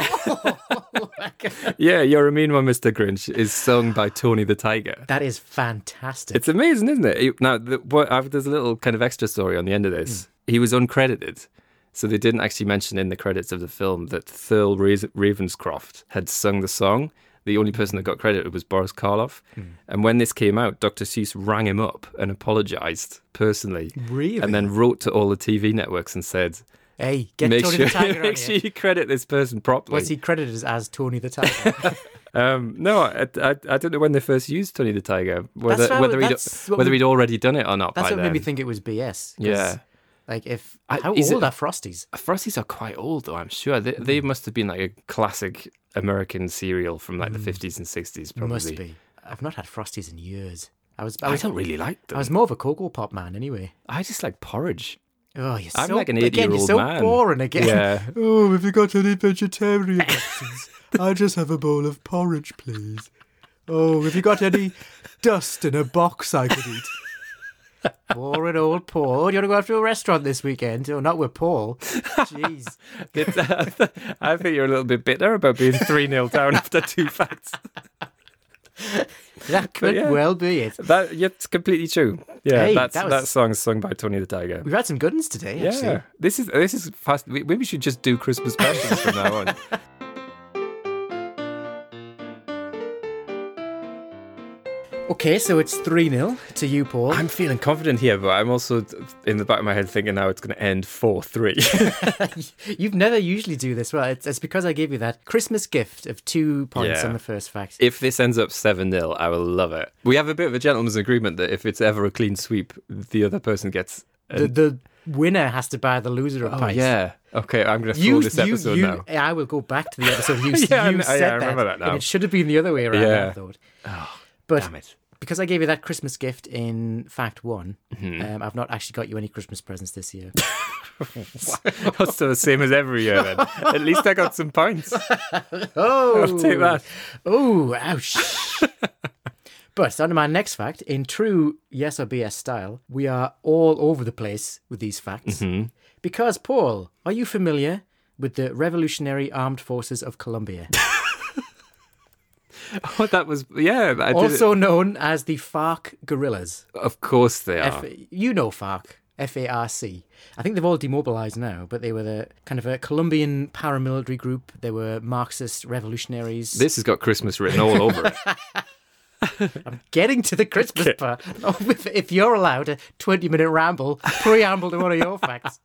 Speaker 2: yeah, you're a mean one, Mr. Grinch, is sung by Tony the Tiger.
Speaker 1: That is fantastic.
Speaker 2: It's amazing, isn't it? You- Now, the, what, I've, there's a little kind of extra story on the end of this.
Speaker 1: Hmm.
Speaker 2: He was uncredited, so they didn't actually mention in the credits of the film that Thurl Ra- Ravenscroft had sung the song. The
Speaker 1: Hmm.
Speaker 2: only person that got credited was Boris Karloff. And when this came out, Dr. Seuss rang him up and apologized personally.
Speaker 1: really?
Speaker 2: And then wrote to all the TV networks and said,
Speaker 1: hey, get
Speaker 2: make,
Speaker 1: Tony
Speaker 2: sure, <laughs>
Speaker 1: the Tiger on
Speaker 2: make
Speaker 1: here.
Speaker 2: sure you credit this person properly.
Speaker 1: Was he credited as- as Tony the Tiger?
Speaker 2: <laughs> Um, no, I, I, I don't know when they first used Tony the Tiger, whether
Speaker 1: That's what I-
Speaker 2: whether, he'd,
Speaker 1: that's what
Speaker 2: whether
Speaker 1: we-
Speaker 2: he'd already done it or not.
Speaker 1: That's
Speaker 2: by
Speaker 1: what
Speaker 2: then.
Speaker 1: made me think it was BS. 'cause,
Speaker 2: Yeah.
Speaker 1: Like if
Speaker 2: I-
Speaker 1: how
Speaker 2: is
Speaker 1: old
Speaker 2: it-
Speaker 1: are Frosties?
Speaker 2: Frosties are quite old, though. I'm sure they, they must have been like a classic American cereal from like the 50s and 60s, probably.
Speaker 1: Must be. I've not had Frosties in years. I was I
Speaker 2: I
Speaker 1: was, I
Speaker 2: don't really like them. I,
Speaker 1: was more of a cocoa pop man anyway.
Speaker 2: just like <laughs> porridge.
Speaker 1: Oh, you're
Speaker 2: I'm
Speaker 1: so
Speaker 2: like an
Speaker 1: again, you're
Speaker 2: eight-year-old
Speaker 1: so
Speaker 2: man.
Speaker 1: boring again.
Speaker 2: Yeah.
Speaker 1: Oh, have you got any vegetarian options? I just have a bowl of porridge, please. Oh, have you got any dust in a box I could eat? <laughs> Boring old Paul. Oh, do you want to go out to a restaurant this weekend? Oh, not with
Speaker 2: <laughs>
Speaker 1: Paul. Jeez.
Speaker 2: It's, I think you're a little bit bitter about <laughs> being 3 0 down after two facts.
Speaker 1: That could
Speaker 2: yeah.
Speaker 1: well be it.
Speaker 2: That, yeah, it's completely true. Yeah,
Speaker 1: Hey,
Speaker 2: that's,
Speaker 1: that
Speaker 2: that,
Speaker 1: was-
Speaker 2: song is sung by Tony the Tiger.
Speaker 1: We've had some good ones today, actually.
Speaker 2: Yeah, this is this is fast. we- Maybe we should just do Christmas specials from now on.
Speaker 1: Okay, so it's 3 0 to you, Paul.
Speaker 2: <laughs> I'm feeling confident here, but I'm also t- in the back of my head thinking now it's going to end 4 3.
Speaker 1: You've never usually do this. Well, it's, it's because I gave you that Christmas gift of two points
Speaker 2: Yeah.
Speaker 1: on the first fact.
Speaker 2: if this ends up 7 0, I will love it. We have a bit of a gentleman's agreement that if it's ever a clean sweep, the other person gets.
Speaker 1: the, the winner has to buy the loser a
Speaker 2: Oh,
Speaker 1: pint.
Speaker 2: yeah. Okay, I'm going to throw
Speaker 1: You,
Speaker 2: this
Speaker 1: you,
Speaker 2: episode
Speaker 1: you, <laughs>
Speaker 2: now.
Speaker 1: I will go back to the
Speaker 2: <laughs>
Speaker 1: episode. You,
Speaker 2: Yeah, I
Speaker 1: you
Speaker 2: kn-
Speaker 1: said
Speaker 2: yeah, I remember that now.
Speaker 1: And it should have been the other way around, I
Speaker 2: Yeah. Oh,
Speaker 1: thought. but
Speaker 2: Damn it.
Speaker 1: because I gave you that Christmas gift in fact one,
Speaker 2: Mm-hmm.
Speaker 1: um, I've not actually got you any Christmas presents this year.
Speaker 2: <laughs> That's the same as every year then. At least I got some points. <laughs>
Speaker 1: oh,
Speaker 2: <laughs> I'll take that.
Speaker 1: Oh, ouch. <laughs> but on to my next fact. In true yes or BS style, we are all over the place with these facts. Because, Paul, are you familiar with the Revolutionary Armed Forces of Colombia?
Speaker 2: Oh, that was. Yeah, I did. it.
Speaker 1: also known as the FARC guerrillas.
Speaker 2: Of course they are.
Speaker 1: F- you know FARC. F A R C. I think they've all demobilized now, but they were the kind of a Colombian paramilitary group. They were Marxist revolutionaries.
Speaker 2: This has got Christmas written all over it.
Speaker 1: <laughs> Getting to the Christmas part. <laughs> Oh, if, if you're allowed a 20 minute ramble, preamble to one of your facts,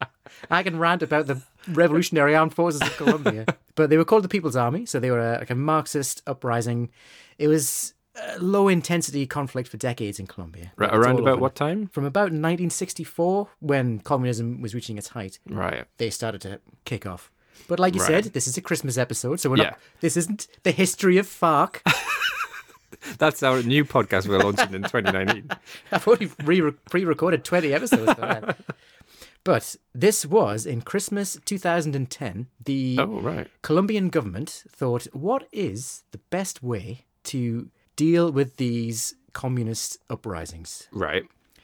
Speaker 1: I can rant about the Revolutionary Armed Forces of
Speaker 2: <laughs>
Speaker 1: Colombia. But they were called the People's Army, so they were a, like a Marxist uprising. It was a low intensity conflict for decades in Colombia.
Speaker 2: Right,
Speaker 1: It's all
Speaker 2: around
Speaker 1: over
Speaker 2: about
Speaker 1: now.
Speaker 2: what time?
Speaker 1: From about 1964, when communism was reaching its height,
Speaker 2: Right.
Speaker 1: they started to kick off. But like you
Speaker 2: Right.
Speaker 1: said, this is a Christmas episode, so we're
Speaker 2: Yeah.
Speaker 1: not. This isn't the history of FARC.
Speaker 2: That's our new
Speaker 1: <laughs>
Speaker 2: podcast we're launching in 2019. <laughs>
Speaker 1: I've already re- pre-recorded 20 episodes for that. But this was in Christmas 2010. The
Speaker 2: Oh, right.
Speaker 1: Colombian government thought, what is the best way to deal with these communist uprisings?
Speaker 2: Right.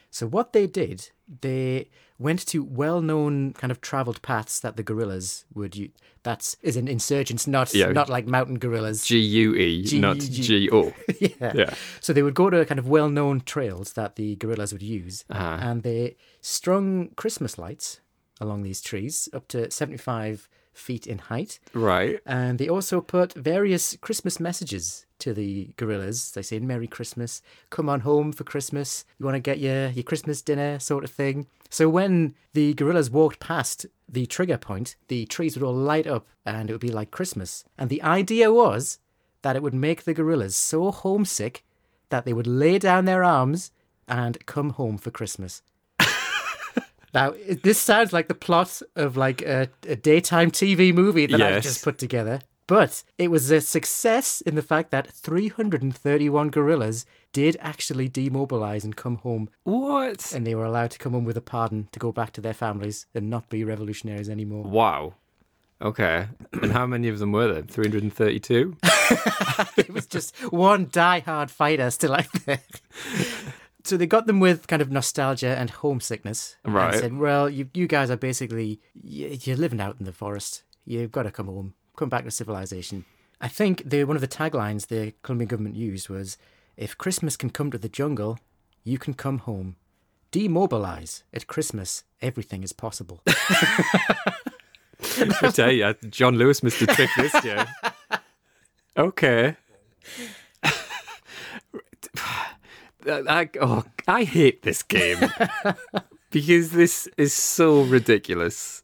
Speaker 1: So what they did, they went to well-known kind of travelled paths that the guerrillas would use. That's is an insurgents, not
Speaker 2: Yeah.
Speaker 1: not like mountain guerrillas.
Speaker 2: G U E, not
Speaker 1: G
Speaker 2: G O.
Speaker 1: <laughs> yeah.
Speaker 2: Yeah.
Speaker 1: So they would go to kind of well-known trails that the guerrillas would use,
Speaker 2: Ah.
Speaker 1: and they strung Christmas lights along these trees up to seventy-five feet in height.
Speaker 2: Right.
Speaker 1: And they also put various Christmas messages to the gorillas. They say Merry Christmas, come on home for Christmas, you want to get your, your Christmas dinner sort of thing. So when the gorillas walked past the trigger point, the trees would all light up and it would be like Christmas. And the idea was that it would make the gorillas so homesick that they would lay down their arms and come home for Christmas. Now, it- this sounds like the plot of like a, a daytime TV movie that I've
Speaker 2: Yes.
Speaker 1: just put together, but it was a success in the fact that 331 gorillas did actually demobilize and come home,
Speaker 2: What?
Speaker 1: and they were allowed to come home with a pardon to go back to their families and not be revolutionaries anymore.
Speaker 2: Wow. Okay. And how many of them were there? 332?
Speaker 1: it was just one die-hard fighter still out there. So they got them with kind of nostalgia and homesickness,
Speaker 2: Right.
Speaker 1: And said, "Well, you you guys are basically y- you're living out in the forest. You've got to come home, come back to civilization." I think the one of the taglines the Colombian government used was, "If Christmas can come to the jungle, you can come home. Demobilize at Christmas. Everything is possible."
Speaker 2: I tell you, John Lewis must have tricked this year. Okay. <sighs> I, oh, I hate this game because this is so ridiculous.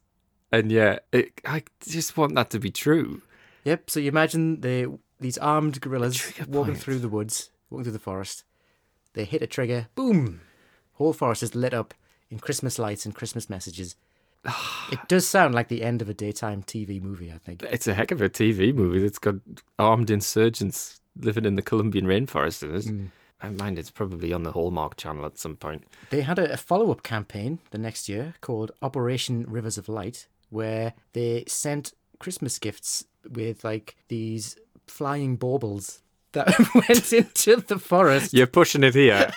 Speaker 2: And yeah, it, I just want that to be true.
Speaker 1: Yep. So you imagine they these armed gorillas
Speaker 2: Trigger
Speaker 1: walking
Speaker 2: point.
Speaker 1: through the woods, walking through the forest. They hit a trigger. Boom! Whole forest is lit up in Christmas lights and Christmas
Speaker 2: <sighs>
Speaker 1: messages. it does sound like the end of a daytime TV movie. I think.
Speaker 2: It's a heck of a TV movie that's got armed insurgents living in the Colombian rainforest. In it. I mind it's probably on the Hallmark channel at some point.
Speaker 1: They had a, a follow up campaign the next year called Operation Rivers of Light, where they sent Christmas gifts with like these flying baubles that <laughs> went into the forest
Speaker 2: You're pushing
Speaker 1: <laughs>
Speaker 2: it here.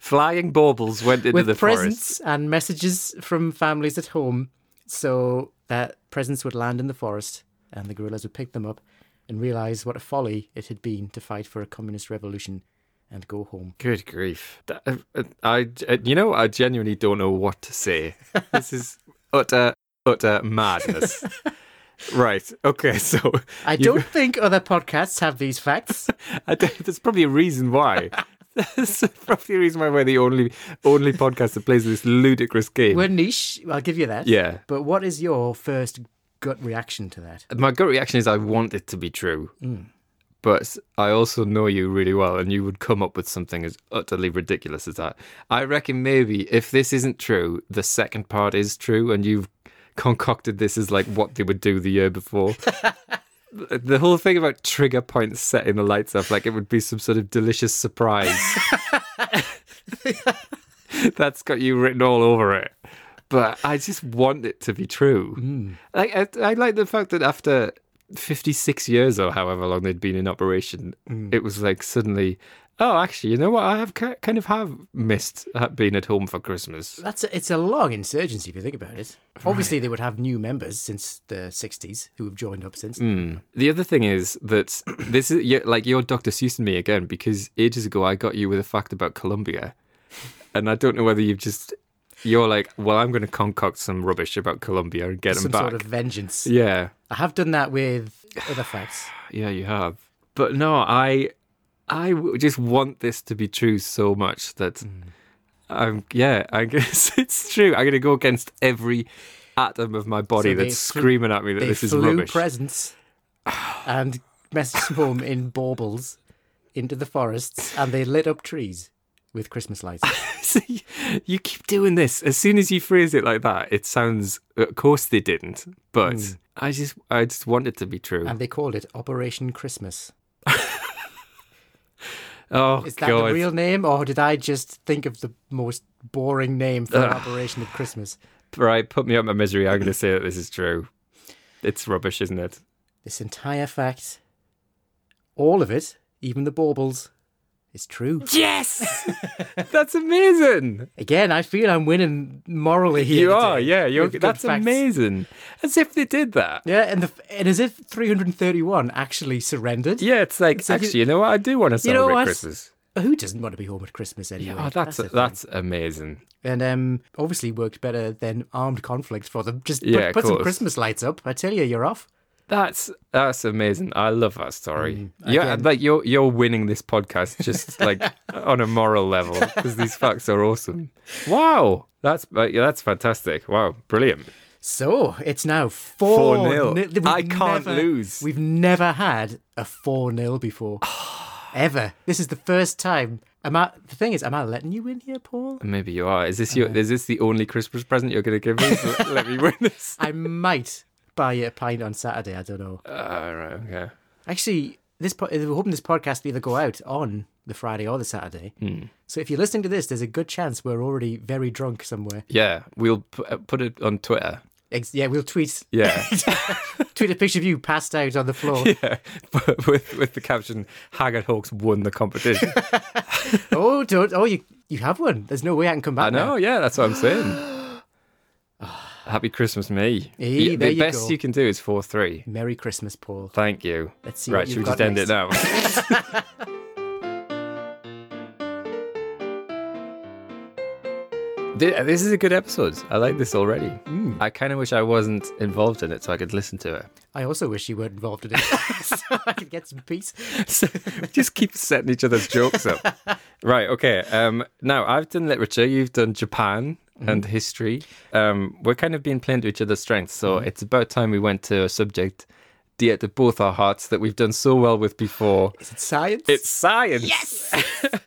Speaker 2: Flying baubles went into
Speaker 1: with
Speaker 2: the forest.
Speaker 1: presents and messages from families at home. So that presents would land in the forest and the guerrillas would pick them up and realize what a folly it had been to fight for a communist revolution and go home.
Speaker 2: Good grief! That- uh, I, uh, you know, I genuinely don't know what
Speaker 1: <laughs>
Speaker 2: to say. This is utter, utter
Speaker 1: <laughs>
Speaker 2: madness. right. Okay. So
Speaker 1: I
Speaker 2: you-
Speaker 1: don't think other podcasts have these facts.
Speaker 2: <laughs>
Speaker 1: <laughs>
Speaker 2: I don't- there's probably a reason why. There's probably a reason why we're the only only podcast that plays this ludicrous game.
Speaker 1: We're niche, I'll give you that.
Speaker 2: yeah.
Speaker 1: But what is your first gut reaction to that?
Speaker 2: my gut reaction is I want it to be true. But I also know you really well, and you would come up with something as utterly ridiculous as that. I reckon maybe if this isn't true, the second part is true, and you've concocted this as like what they would do the year before. the whole thing about trigger points setting the lights up, like it would be some sort of delicious surprise. <laughs> That's got you written all over it. But I just want it to be true. Like I, I like the fact that after 56 years or however long they'd been in operation,
Speaker 1: Mm.
Speaker 2: it was like suddenly, oh, actually, you know what? I have ki- kind of have missed ha- being at home for Christmas.
Speaker 1: That's a, it's a long insurgency if you think about it. Obviously, they would have new members since the 60s who have joined up since.
Speaker 2: Mm, Hmm. The other thing is that <clears throat> this is you're, like you're Dr. Seuss and me again because ages ago I got you with a fact about Colombia, and I don't know whether you've just you're like, well, I'm going to concoct some rubbish about Colombia and get them
Speaker 1: Some
Speaker 2: back.
Speaker 1: sort of vengeance.
Speaker 2: yeah,
Speaker 1: I have done that with other facts.
Speaker 2: Yeah, you have. But no, I, I w- just want this to be true so much that,
Speaker 1: Mm.
Speaker 2: I'm yeah, I <laughs> guess it's true. I'm gonna go against every atom of my body
Speaker 1: So they
Speaker 2: that's
Speaker 1: fl-
Speaker 2: screaming at me that
Speaker 1: They
Speaker 2: this is
Speaker 1: flew
Speaker 2: rubbish.
Speaker 1: presents <sighs> and messaged home in baubles into the forests, and they lit up trees with Christmas lights.
Speaker 2: <laughs> See, <laughs> you keep doing this. As soon as you phrase it like that, it sounds. uh, Of course they didn't, but
Speaker 1: Hmm.
Speaker 2: I just, I
Speaker 1: Um,
Speaker 2: just want it to be true.
Speaker 1: and they called it Operation Christmas.
Speaker 2: Oh
Speaker 1: Is that
Speaker 2: god.
Speaker 1: the real name, or did I just think of the most boring name for an
Speaker 2: Ugh.
Speaker 1: operation at Christmas?
Speaker 2: Right, put me out my
Speaker 1: <laughs>
Speaker 2: misery. I'm going to say that this is true. It's rubbish, isn't it?
Speaker 1: This entire fact, all of it, even the baubles, is true.
Speaker 2: Yes. <laughs> That's amazing.
Speaker 1: Again, I feel I'm winning morally here.
Speaker 2: You are,
Speaker 1: today
Speaker 2: yeah. You're,
Speaker 1: with good
Speaker 2: that's
Speaker 1: facts.
Speaker 2: amazing. As if they did that.
Speaker 1: Yeah, and the, and as if 331 actually surrendered.
Speaker 2: Yeah, it's like
Speaker 1: So if you-
Speaker 2: actually, you, know what? I do want to
Speaker 1: You know
Speaker 2: celebrate
Speaker 1: what?
Speaker 2: Christmas.
Speaker 1: Who doesn't want to be home at Christmas anyway?
Speaker 2: Oh, that's
Speaker 1: the
Speaker 2: that's,
Speaker 1: thing.
Speaker 2: amazing.
Speaker 1: and um, obviously worked better than armed conflict for them. Just put,
Speaker 2: Yeah, of
Speaker 1: put some
Speaker 2: course.
Speaker 1: Christmas lights up. I tell you, you're off.
Speaker 2: That's that's amazing. I love that story. yeah,
Speaker 1: Mm, again.
Speaker 2: like you're you're winning this podcast just like <laughs> on a moral level because these facts are awesome. Wow, that's uh, yeah, that's fantastic. Wow, brilliant.
Speaker 1: So it's now four,
Speaker 2: nil.
Speaker 1: ni- we've
Speaker 2: I can't lose.
Speaker 1: We've never had a four 0 before, <sighs> ever. This is the first time. Am I? The thing is, am I letting you in here, Paul?
Speaker 2: Maybe you are. Is this your? Is this the only Christmas present you're going to give me? <laughs> So Let me win this. <laughs>
Speaker 1: I might buy you a pint on Saturday. I don't know.
Speaker 2: All right. Okay.
Speaker 1: Actually, this po- we're hoping this podcast will either go out on the Friday or the Saturday.
Speaker 2: Hmm.
Speaker 1: So if you're listening to this, there's a good chance we're already very drunk somewhere.
Speaker 2: Yeah, we'll pu- uh, put it on Twitter.
Speaker 1: Ex- yeah, we'll tweet <laughs>
Speaker 2: Yeah,
Speaker 1: tweet a picture of you passed out on the floor.
Speaker 2: <laughs> yeah. But with with the caption "Haggard Hawks won the competition."
Speaker 1: oh, don't! Oh, you you have one. There's no way I can come back.
Speaker 2: <laughs> I
Speaker 1: now.
Speaker 2: know, <laughs> yeah, that's what I'm saying. <gasps> Happy Christmas, me.
Speaker 1: Hey,
Speaker 2: You-
Speaker 1: there
Speaker 2: the
Speaker 1: you
Speaker 2: best
Speaker 1: go.
Speaker 2: you can do is 4 3.
Speaker 1: Merry Christmas, Paul.
Speaker 2: Thank you.
Speaker 1: Let's see
Speaker 2: right,
Speaker 1: what
Speaker 2: should
Speaker 1: you've
Speaker 2: we just
Speaker 1: got
Speaker 2: end it <laughs> now? Thi- This is a good episode. I like this already. I kind of wish I wasn't involved in it so I could listen to it.
Speaker 1: I also wish you weren't involved
Speaker 2: <laughs>
Speaker 1: in it, <laughs> so I could get some peace.
Speaker 2: So, just keep setting each other's jokes up. <laughs> Right, okay. Um, now, I've done literature, you've done Japan and history. Um, we're kind of being playing to each other's strengths, so it's about time we went to a subject dear to both our hearts that we've done so well with before.
Speaker 1: Is it science?
Speaker 2: It's science. Yes.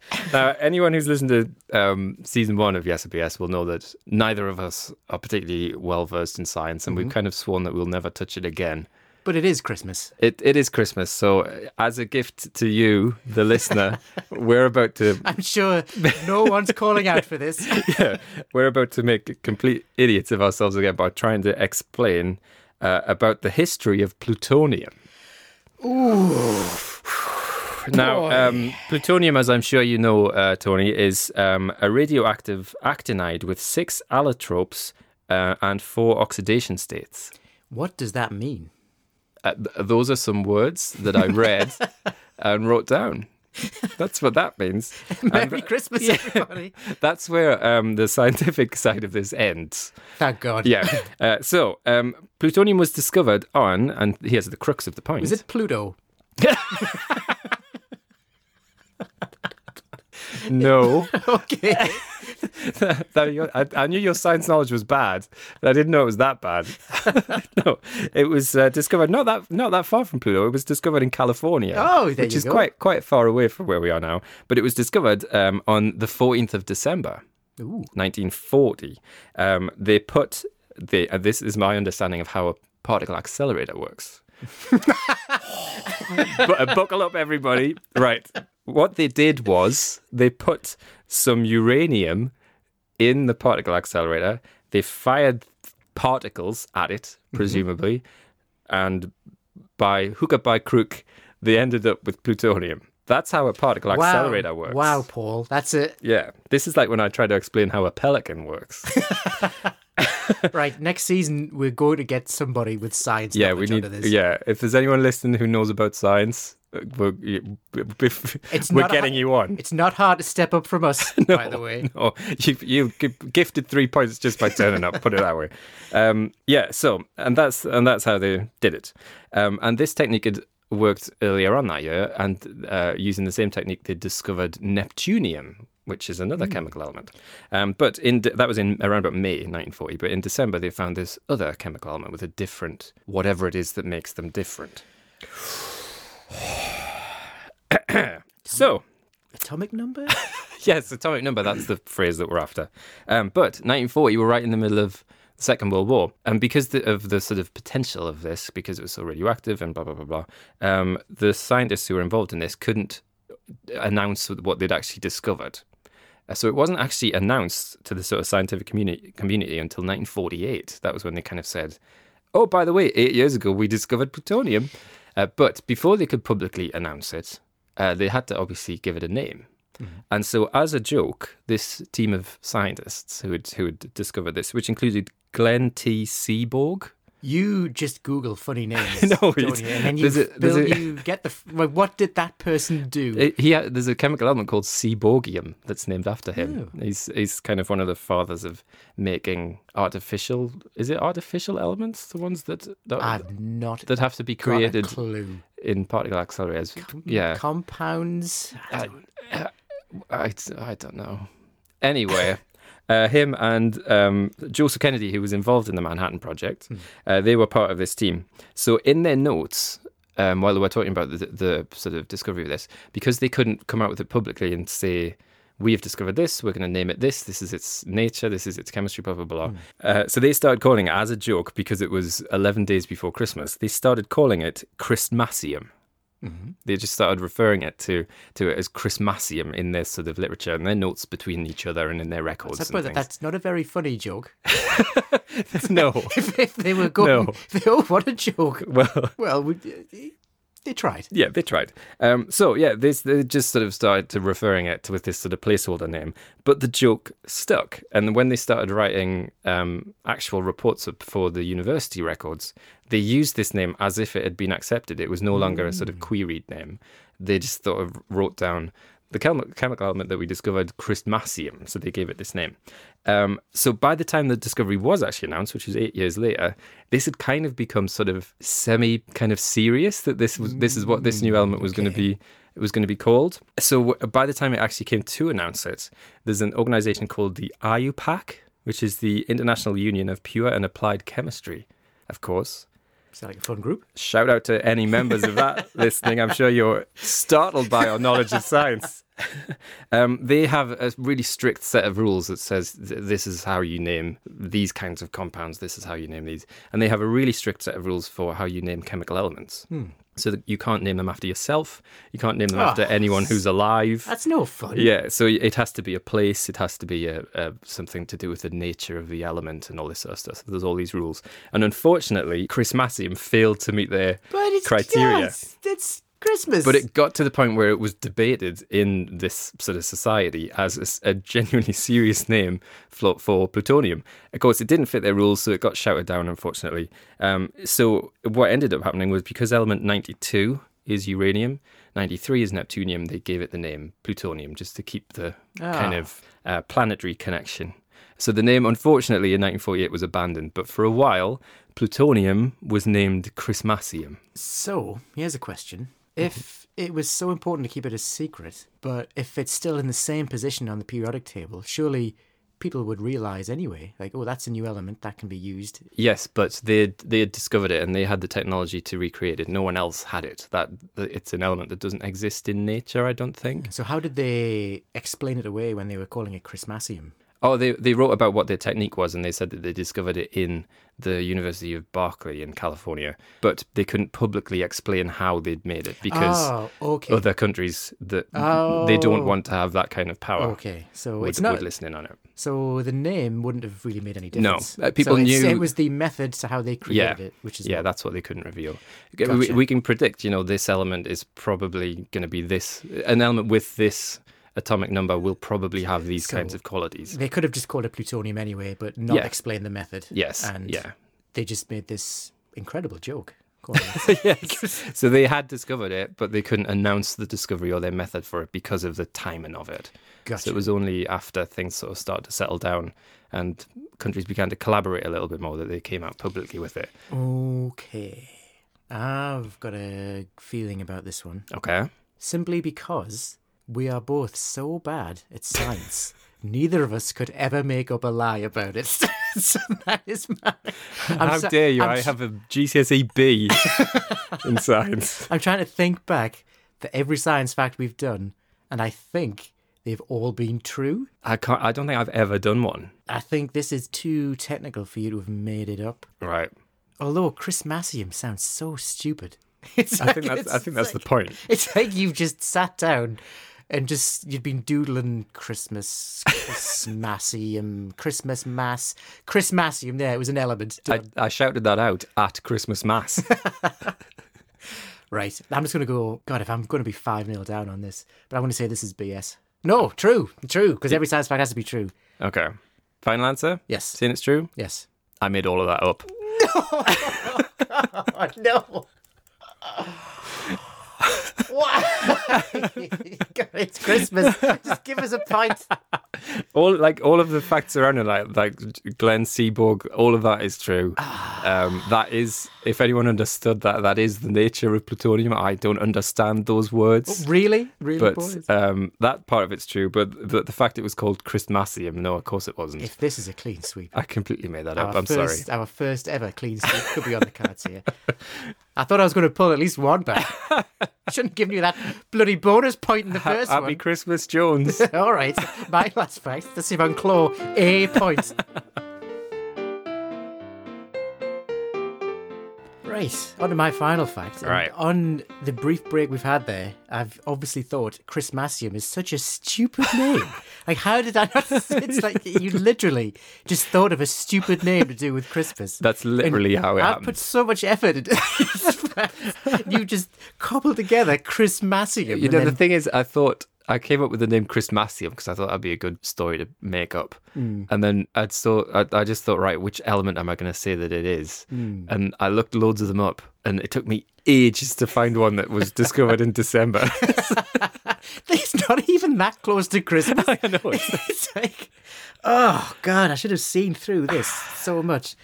Speaker 2: <laughs> now, anyone who's listened to um, season one of Yes or BS will know that neither of us are particularly well versed in science, and we've kind of sworn that we'll never touch it again.
Speaker 1: but it is Christmas.
Speaker 2: It it is Christmas, so uh, as a gift to you, the listener, we're about to
Speaker 1: I'm sure
Speaker 2: <laughs>
Speaker 1: no one's calling out for this.
Speaker 2: yeah, we're about to make complete idiots of ourselves again by trying to explain uh, about the history of plutonium. Ooh. Now, um, plutonium, as I'm sure you know, uh, Tony, is um, a radioactive actinide with six allotropes uh, and four oxidation states.
Speaker 1: What does that mean?
Speaker 2: Uh, th- those are some words that
Speaker 1: <laughs>
Speaker 2: I read and wrote down. That's what
Speaker 1: <laughs>
Speaker 2: that means.
Speaker 1: Merry Christmas, everybody.
Speaker 2: That's where um, the scientific <laughs> side of this ends.
Speaker 1: Thank God.
Speaker 2: Yeah. Uh, so, um, plutonium was discovered on, and here's the crux of the point.
Speaker 1: Is it Pluto? <laughs>
Speaker 2: No.
Speaker 1: Okay.
Speaker 2: <laughs> That- you- I, I knew your science knowledge was bad, but I didn't know it was that bad. <laughs> no, it was uh, discovered not that not that far from Pluto. It was discovered in California.
Speaker 1: Oh, there
Speaker 2: which
Speaker 1: you
Speaker 2: is
Speaker 1: go.
Speaker 2: quite quite far away from where we are now. But it was discovered um, on the 14th of December.
Speaker 1: Ooh.
Speaker 2: 1940, um, they put the. Uh, this is my understanding of how a particle accelerator works. <laughs> but uh, buckle up, everybody. Right. What they did was they put some uranium in the particle accelerator. They fired particles at it,
Speaker 1: Mm-hmm.
Speaker 2: presumably, and by hook up by crook, they ended up with plutonium. That's how a particle
Speaker 1: Wow.
Speaker 2: accelerator works.
Speaker 1: Wow, Paul. That's
Speaker 2: <laughs>
Speaker 1: it.
Speaker 2: Yeah, this is like when I try to explain how a pelican works.
Speaker 1: <laughs> Right. Next season, we're going to get somebody with science.
Speaker 2: yeah, we
Speaker 1: knowledge
Speaker 2: need.
Speaker 1: onto this.
Speaker 2: Yeah, if there's anyone listening who knows about science, uh, we're, you-
Speaker 1: It's
Speaker 2: we're <laughs>
Speaker 1: not a-
Speaker 2: getting you on.
Speaker 1: It's not hard to step up from
Speaker 2: <laughs>
Speaker 1: us, by the way.
Speaker 2: Oh, you you gi- gifted three points just by turning up. Put it that way. Um, yeah. So and that's and that's how they did it. Um, and this technique had worked earlier on that year, and uh, using the same technique, they discovered neptunium, which is another chemical element. Um, but in de- that was in around about May 1940. But in December, they found this other chemical element with a different whatever it is that makes them different. <sighs> so.
Speaker 1: Atomic number?
Speaker 2: <laughs> Yes, atomic number. That's the phrase that we're after. Um, but 1940, we're right in the middle of the Second World War, and because the, of the sort of potential of this, because it was so radioactive and blah blah blah blah, um, the scientists who were involved in this couldn't announce what they'd actually discovered. Uh, So it wasn't actually announced to the sort of scientific community, community until 1948. That was when they kind of said, "Oh, by the way, eight years ago we discovered plutonium." Uh, but before they could publicly announce it, uh, they had to obviously give it a name. And so, as a joke, this team of scientists who had who had discovered this, which included Glenn T. Seaborg,
Speaker 1: You just Google funny names,
Speaker 2: <laughs> No,
Speaker 1: don't
Speaker 2: it's-
Speaker 1: you? and then you,
Speaker 2: there's a- there's
Speaker 1: build-
Speaker 2: a-
Speaker 1: you get the f- like, what did that person do?
Speaker 2: It- eh, he ha there's a chemical element called seaborgium that's named after him. He's he's kind of one of the fathers of making artificial. Is it artificial elements? The ones that that,
Speaker 1: I've not
Speaker 2: that have to be
Speaker 1: got a
Speaker 2: created
Speaker 1: clue.
Speaker 2: in particle accelerators. yeah,
Speaker 1: Compounds.
Speaker 2: I, I, I don't know. Anyway, <laughs> uh, him and um, Joseph Kennedy, who was involved in the Manhattan Project, uh, they were part of this team. So in their notes, um, while they were talking about the, the sort of discovery of this, because they couldn't come out with it publicly and say, we've discovered this, we're going to name it this, this is its nature, this is its chemistry, blah, blah, blah. Uh, so they started calling it, as a joke, because it was 11 days before Christmas, they started calling it Christmasium they just started referring it to to it as Christmasium in their sort of literature and their notes between each other and in their records.
Speaker 1: That's,
Speaker 2: and things.
Speaker 1: that's not a very funny joke. <laughs>
Speaker 2: <laughs> no,
Speaker 1: if, if they were going, <laughs>
Speaker 2: No.
Speaker 1: oh, what a joke.
Speaker 2: well,
Speaker 1: Well, we, they tried.
Speaker 2: yeah, they tried. Um, so yeah, they, they just sort of started to referring it to, with this sort of placeholder name, but the joke stuck. And when they started writing um, actual reports up for the university records, they used this name as if it had been accepted. It was no longer a sort of queried name. They just sort of wrote down the chem- chemical element that we discovered, Christmasium. So they gave it this name. Um, so by the time the discovery was actually announced, which was eight years later, this had kind of become sort of semi kind of serious that this was this is what this new element was going to be it was going to be called. So w- by the time it actually came to announce it, there's an organization called the IUPAC, which is the International Union of Pure and Applied Chemistry, of course.
Speaker 1: Sound like a fun group.
Speaker 2: Shout out to any members of that listening. I'm sure you're startled by our knowledge of science. Um, they have a really strict set of rules that says th- this is how you name these kinds of compounds, this is how you name these. And they have a really strict set of rules for how you name chemical elements. So that you can't name them after yourself, you can't name them
Speaker 1: Ah,
Speaker 2: after anyone who's alive.
Speaker 1: That's no fun.
Speaker 2: <laughs> Yeah, so it has to be a place. It has to be a, a something to do with the nature of the element and all this sort of stuff. So there's all these rules, and unfortunately, Christmasium failed to meet their
Speaker 1: But it's
Speaker 2: criteria.
Speaker 1: Yes, it's Christmas.
Speaker 2: But it got to the point where it was debated in this sort of society as a s- a, genuinely <laughs> serious name for, for plutonium. Of course, it didn't fit their rules, so it got shouted down, unfortunately. Um, so, what ended up happening was because element 92 is uranium, 93 is neptunium, they gave it the name plutonium just to keep the kind
Speaker 1: Ah.
Speaker 2: of uh, planetary connection. So, the name, unfortunately, in 1948 was abandoned, but for a while, plutonium was named Christmasium.
Speaker 1: so here's a question:
Speaker 2: Mm-hmm.
Speaker 1: If it was so important to keep it a secret, but if it's still in the same position on the periodic table, surely people would realize anyway. Like, oh, that's a new element that can be used.
Speaker 2: Yes, but they they had discovered it and they had the technology to recreate it. No one else had it. That that it's an element that doesn't exist in nature. I don't think.
Speaker 1: So how did they explain it away when they were calling it Christmasium?
Speaker 2: Oh, they they wrote about what their technique was and they said that they discovered it in the University of Berkeley in California, but they couldn't publicly explain how they'd made it because
Speaker 1: oh, okay. Oh.
Speaker 2: other countries that they don't want to have that kind of power.
Speaker 1: Okay, so
Speaker 2: Would,
Speaker 1: it's not
Speaker 2: would listening on it.
Speaker 1: so the name wouldn't have really made any difference.
Speaker 2: uh, people
Speaker 1: So it's-
Speaker 2: knew-
Speaker 1: it was the method to how they created it, which is
Speaker 2: yeah,
Speaker 1: what-
Speaker 2: that's what they couldn't reveal. Okay, We, we can predict, you know, this element is probably going to be this. An element with this atomic number will probably have these kinds of qualities.
Speaker 1: they could have just called it plutonium anyway, but not
Speaker 2: Yeah.
Speaker 1: explained the method.
Speaker 2: Yes.
Speaker 1: and
Speaker 2: yeah.
Speaker 1: they just made this incredible joke.
Speaker 2: <laughs>
Speaker 1: calling it-
Speaker 2: yes. So they had discovered it, but they couldn't announce the discovery or their method for it because of the timing of it.
Speaker 1: Gotcha.
Speaker 2: So it was only after things sort of started to settle down and countries began to collaborate a little bit more that they came out publicly with it.
Speaker 1: okay, I've got a feeling about this one.
Speaker 2: Okay.
Speaker 1: Simply because we are both so bad at
Speaker 2: <laughs>
Speaker 1: science, neither of us could ever make up a lie about it. <laughs> so that is my. I'm
Speaker 2: How
Speaker 1: so-
Speaker 2: dare you?
Speaker 1: I'm
Speaker 2: i
Speaker 1: s-
Speaker 2: have a GCSE E
Speaker 1: <laughs>
Speaker 2: B in science.
Speaker 1: I'm trying to think back to every science fact we've done, and I think they've all been true.
Speaker 2: I can't. I don't think I've ever done one.
Speaker 1: I think this is too technical for you to have made it up.
Speaker 2: Right.
Speaker 1: Although Christmasium sounds so stupid. <laughs> It's
Speaker 2: I think that's I think that's the point.
Speaker 1: It's like you've just sat down and just you've been doodling Christmas, <laughs> Christmassium, Christmas mass, Christmassium. There, it was an element.
Speaker 2: I, I shouted that out at Christmas <laughs> mass.
Speaker 1: Right. I'm just going to go, God, if I'm going to be 5 0 down on this, but I want to say this is BS. No, true, true, because every science fact has to be true.
Speaker 2: okay. Final answer?
Speaker 1: Yes,
Speaker 2: Seeing it's true?
Speaker 1: yes.
Speaker 2: I made all of that up.
Speaker 1: Oh, <laughs> no. Why? <laughs> God, it's Christmas. Just give us a pint.
Speaker 2: All like all of the facts around it, like like Glenn Seaborg, all of that is <sighs> true. um, that is, if anyone understood that, that is the nature of plutonium. I don't understand those words,
Speaker 1: Really? Oh, Really, boys?
Speaker 2: but um, that part of it's true. But the, the fact it was called Christmasium, no, of course it wasn't.
Speaker 1: If this is a clean sweep,
Speaker 2: I completely made that up. Oh, I'm sorry.
Speaker 1: first, Our first ever clean sweep could be on the cards here. I thought I was going to pull at least one
Speaker 2: <laughs>
Speaker 1: back. Shouldn't have given you that bloody bonus point in the first
Speaker 2: Happy
Speaker 1: one.
Speaker 2: Christmas,
Speaker 1: <laughs>
Speaker 2: Jones.
Speaker 1: All right, my last fact. Let's see if I can claw a point. Right, on to my final fact. And
Speaker 2: Right.
Speaker 1: On the brief break we've had there, I've obviously thought Christmasium is such a stupid
Speaker 2: <laughs>
Speaker 1: name. like, how did I not? It's like you literally just thought of a stupid name to do with Christmas.
Speaker 2: That's literally how it
Speaker 1: I
Speaker 2: happened.
Speaker 1: put so much effort into <laughs> these facts. You just cobbled together Christmasium.
Speaker 2: You
Speaker 1: and
Speaker 2: know,
Speaker 1: then-
Speaker 2: the thing is, I thought I came up with the name Christmasium because I thought that'd be a good story to make up.
Speaker 1: Hmm.
Speaker 2: And then I'd so I, I just thought, right, which element am I going to say that it is?
Speaker 1: Hmm.
Speaker 2: And I looked loads of them up, and it took me ages to find one that was discovered in <laughs> December.
Speaker 1: <laughs> It's not even that close to Christmas.
Speaker 2: <laughs> I know.
Speaker 1: <laughs>
Speaker 2: it's-
Speaker 1: it's like, oh god, I should have seen through
Speaker 2: <sighs>
Speaker 1: this so much.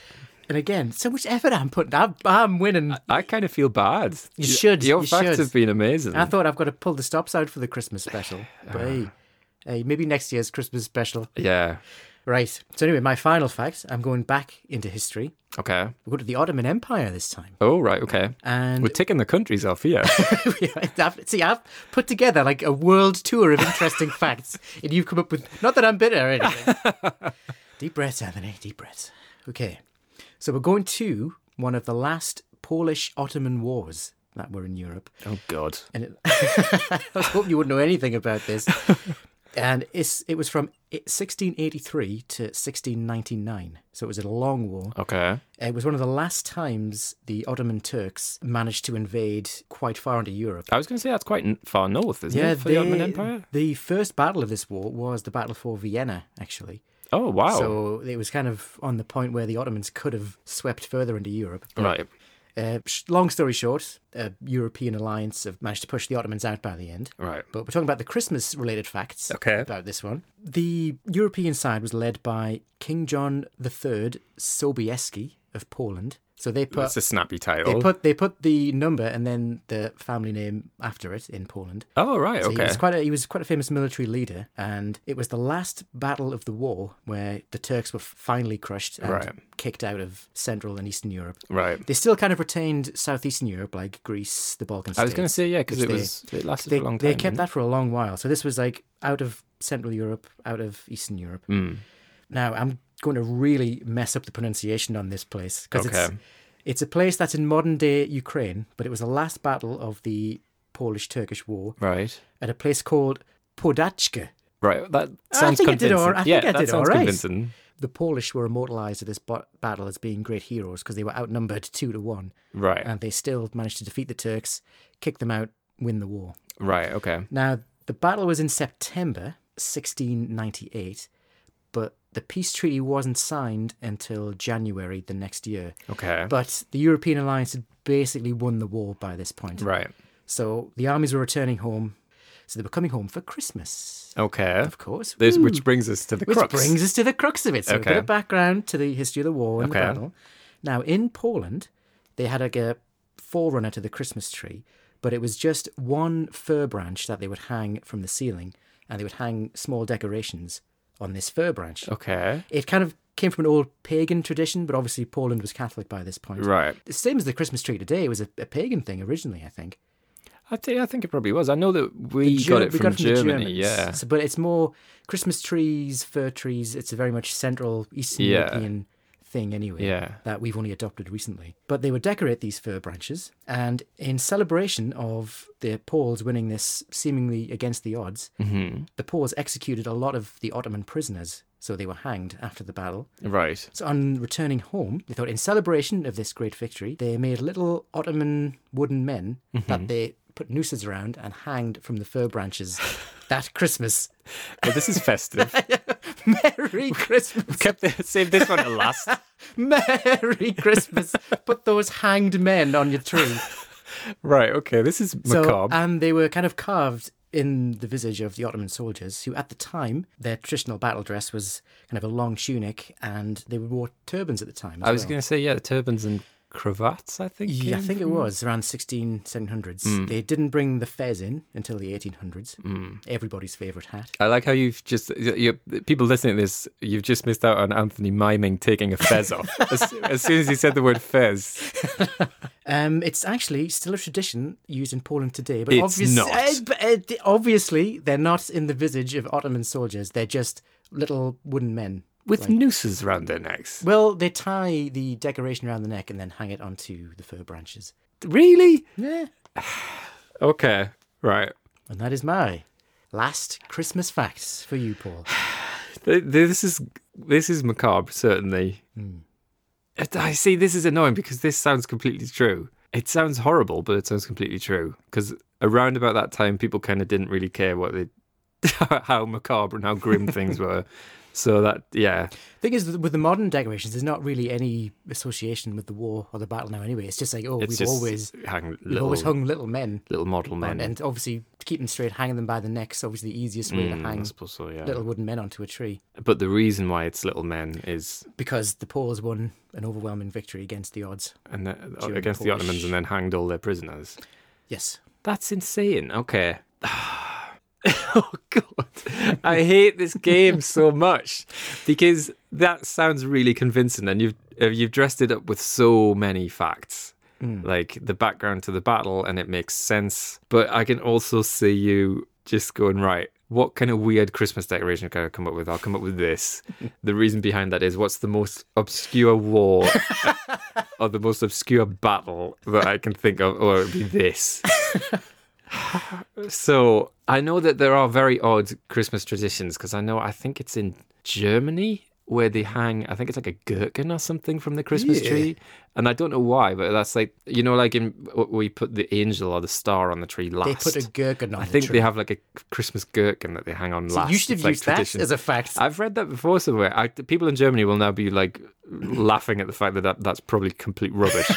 Speaker 1: And again, so much effort I'm putting. I'm, I'm winning.
Speaker 2: I kind of feel bad.
Speaker 1: You should,
Speaker 2: Your
Speaker 1: you
Speaker 2: facts
Speaker 1: should.
Speaker 2: have been amazing.
Speaker 1: I thought I've got to pull the stops out for the Christmas
Speaker 2: <sighs>
Speaker 1: special. But hey, hey, maybe next year's Christmas special.
Speaker 2: yeah.
Speaker 1: Right. So anyway, my final fact. I'm going back into history.
Speaker 2: Okay.
Speaker 1: We're going to the Ottoman Empire this time.
Speaker 2: Oh right. Okay.
Speaker 1: And
Speaker 2: We're ticking the countries
Speaker 1: <laughs>
Speaker 2: off here.
Speaker 1: see, I've put together like a world tour of interesting facts, and you've come up with not that I'm bitter or anything. deep breaths, Anthony. Deep breaths. Okay, so we're going to one of the last Polish Ottoman wars that were in Europe,
Speaker 2: oh God.
Speaker 1: and it, <laughs> I was hoping you wouldn't know anything about this. And it's, it was from 1683 to 1699, so it was a long war.
Speaker 2: Okay.
Speaker 1: It was one of the last times the Ottoman Turks managed to invade quite far into Europe.
Speaker 2: I was going to say that's quite n- far north, isn't it, for the Ottoman Empire?
Speaker 1: The first battle of this war was the battle for Vienna, actually.
Speaker 2: Oh wow.
Speaker 1: So it was kind of on the point where the Ottomans could have swept further into Europe.
Speaker 2: right.
Speaker 1: Uh, sh- long story short, a European alliance have managed to push the Ottomans out by the end.
Speaker 2: Right.
Speaker 1: But we're talking about the Christmas related facts
Speaker 2: Okay.
Speaker 1: about this one. The European side was led by King John III Sobieski of Poland. So they put
Speaker 2: That's a snappy title.
Speaker 1: they put they put the number and then the family name after it in Poland.
Speaker 2: Oh right,
Speaker 1: So He
Speaker 2: okay.
Speaker 1: was quite a, he was quite a famous military leader, and it was the last battle of the war where the Turks were finally crushed and
Speaker 2: Right.
Speaker 1: kicked out of Central and Eastern Europe.
Speaker 2: Right.
Speaker 1: They still kind of retained Southeastern Europe, like Greece, the Balkan states.
Speaker 2: I was going to say yeah, because
Speaker 1: which
Speaker 2: it
Speaker 1: they-
Speaker 2: was it lasted
Speaker 1: they,
Speaker 2: for a long time.
Speaker 1: they kept that for a long while. So this was like out of Central Europe, out of Eastern Europe.
Speaker 2: Hmm.
Speaker 1: Now I'm going to really mess up the pronunciation on this place because it's
Speaker 2: Okay.
Speaker 1: it's a place that's in modern day Ukraine, but it was the last battle of the Polish-Turkish War
Speaker 2: Right.
Speaker 1: at a place called Podachka.
Speaker 2: Right. That
Speaker 1: I
Speaker 2: sounds
Speaker 1: think I did
Speaker 2: convincing.
Speaker 1: all- I
Speaker 2: yeah,
Speaker 1: think I
Speaker 2: that
Speaker 1: did all
Speaker 2: sounds
Speaker 1: right.
Speaker 2: convincing.
Speaker 1: The Polish were immortalized at this bo- battle as being great heroes because they were outnumbered two to one,
Speaker 2: Right.
Speaker 1: and they still managed to defeat the Turks, kick them out, win the war.
Speaker 2: right. Okay.
Speaker 1: Now, the battle was in September 1698, but the peace treaty wasn't signed until January the next year.
Speaker 2: Okay.
Speaker 1: But the European alliance had basically won the war by this point.
Speaker 2: right.
Speaker 1: So the armies were returning home. So they were coming home for Christmas,
Speaker 2: Okay.
Speaker 1: of course.
Speaker 2: This, which brings us to the
Speaker 1: Which
Speaker 2: crux.
Speaker 1: brings us to the crux of it. So a bit
Speaker 2: Okay.
Speaker 1: of background to the history of the war and the
Speaker 2: Okay.
Speaker 1: battle. Now, in Poland, they had like a forerunner to the Christmas tree, but it was just one fir branch that they would hang from the ceiling, and they would hang small decorations on this fir branch.
Speaker 2: okay.
Speaker 1: It kind of came from an old pagan tradition, but obviously Poland was Catholic by this point.
Speaker 2: Right.
Speaker 1: The same as the Christmas tree today it was a, a pagan thing originally, I think.
Speaker 2: I think I think it probably was. I know that we got
Speaker 1: Ger-
Speaker 2: it
Speaker 1: we
Speaker 2: from Germany. yeah.
Speaker 1: So, but it's more Christmas trees, fir trees. It's a very much Central Eastern
Speaker 2: Yeah.
Speaker 1: European thing anyway
Speaker 2: Yeah.
Speaker 1: that we've only adopted recently. But they would decorate these fir branches, and in celebration of the Poles winning this seemingly against the odds,
Speaker 2: Mm-hmm.
Speaker 1: the Poles executed a lot of the Ottoman prisoners, so they were hanged after the battle.
Speaker 2: Right.
Speaker 1: So on returning home, they thought in celebration of this great victory, they made little Ottoman wooden men
Speaker 2: Mm-hmm.
Speaker 1: that they put nooses around and hanged from the fir branches that Christmas. <laughs>
Speaker 2: But this is festive. <laughs>
Speaker 1: Merry Christmas!
Speaker 2: Kept the, save this one to
Speaker 1: <laughs>
Speaker 2: last.
Speaker 1: Merry
Speaker 2: <laughs>
Speaker 1: Christmas! Put those hanged men on your tree.
Speaker 2: Right. Okay. This is
Speaker 1: So, uh,
Speaker 2: macabre.
Speaker 1: and they were kind of carved in the visage of the Ottoman soldiers, who at the time, their traditional battle dress was kind of a long tunic and they wore turbans at the time. as
Speaker 2: I was
Speaker 1: well.
Speaker 2: going to say, yeah, the turbans and cravats, I think.
Speaker 1: Yeah, I
Speaker 2: came
Speaker 1: think it
Speaker 2: from-
Speaker 1: was around 16, 1700s.
Speaker 2: Hmm.
Speaker 1: They didn't bring the fez in until the 1800s. Everybody's favourite hat.
Speaker 2: I like how you've just, you people listening to this, you've just missed out on Anthony miming taking a fez <laughs> off. as, as soon as he said the word fez,
Speaker 1: Um, it's actually still a tradition used in Poland today, but
Speaker 2: It's
Speaker 1: obvious-
Speaker 2: not.
Speaker 1: uh, but, uh, th- obviously they're not in the visage of Ottoman soldiers. They're just little wooden men.
Speaker 2: with nooses around their necks.
Speaker 1: Well, they tie the decoration around the neck and then hang it onto the fir branches.
Speaker 2: Really?
Speaker 1: Yeah.
Speaker 2: Okay. Right.
Speaker 1: And that is my last Christmas facts for you, Paul.
Speaker 2: Th- This is this is macabre, certainly. It- I see. This is annoying because this sounds completely true. It sounds horrible, but it sounds completely true. Because around about that time, people kind of didn't really care what they, <laughs> how macabre and how grim <laughs> things were. So that, yeah,
Speaker 1: Thing is, with the modern decorations, there's not really any association with the war or the battle now. Anyway, it's just like, oh,
Speaker 2: it's
Speaker 1: we've
Speaker 2: just
Speaker 1: always
Speaker 2: hang little
Speaker 1: we've always hung little men,
Speaker 2: little model men.
Speaker 1: and, and obviously to keep them straight, hanging them by the neck's obviously the easiest way to
Speaker 2: Mm, I
Speaker 1: hang
Speaker 2: suppose so, yeah.
Speaker 1: little wooden men onto a tree
Speaker 2: But the reason why it's little men is
Speaker 1: because the Poles won an overwhelming victory against the odds.
Speaker 2: and the,
Speaker 1: During
Speaker 2: against the
Speaker 1: Polish-
Speaker 2: Ottomans and then hanged all their prisoners.
Speaker 1: Yes,
Speaker 2: That's insane. Okay. <sighs> <laughs> oh god. I hate this game so much because that sounds really convincing and you've uh, you've dressed it up with so many facts. Like the background to the battle and it makes sense, but I can also see you just going right. What kind of weird Christmas decoration can I come up with? I'll come up with <laughs> this. the reason behind that is what's the most obscure war or the most obscure battle that I can think of, or it'd
Speaker 1: <laughs>
Speaker 2: be this. so I know that there are very odd Christmas traditions because I know I think it's in Germany where they hang I think it's like a gherkin or something from the Christmas
Speaker 1: Yeah.
Speaker 2: tree, and I don't know why, but that's like you know like in w- we put the angel or the star on the tree
Speaker 1: they
Speaker 2: last.
Speaker 1: put a gherkin on
Speaker 2: I
Speaker 1: the
Speaker 2: think
Speaker 1: tree.
Speaker 2: they have like a Christmas gherkin that they hang on last.
Speaker 1: you should have
Speaker 2: It's like
Speaker 1: used that
Speaker 2: tradition. Uh,
Speaker 1: as a fact.
Speaker 2: I've read that before somewhere. I, the people in Germany will now be like <clears throat> laughing at the fact that, that that's probably complete <laughs> rubbish.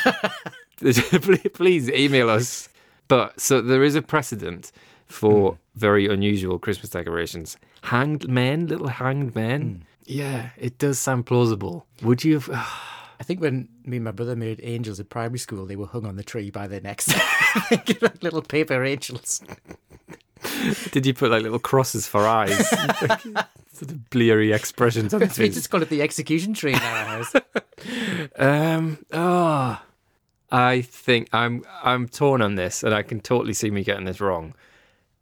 Speaker 2: Please email us. But so there is a precedent for very unusual Christmas decorations. Hanged men, little hanged men. Yeah, it does sound plausible. Hmm. Would you have?
Speaker 1: I think when me and my brother made angels at primary school, they were hung on the tree by their necks, <laughs> like little paper angels.
Speaker 2: <sighs> Did you put like little crosses for eyes? <laughs> Like, sort of bleary expressions on
Speaker 1: We
Speaker 2: faces.
Speaker 1: just call it the execution tree in our house.
Speaker 2: Um. Ah. I think I'm I'm torn on this, and I can totally see me getting this wrong.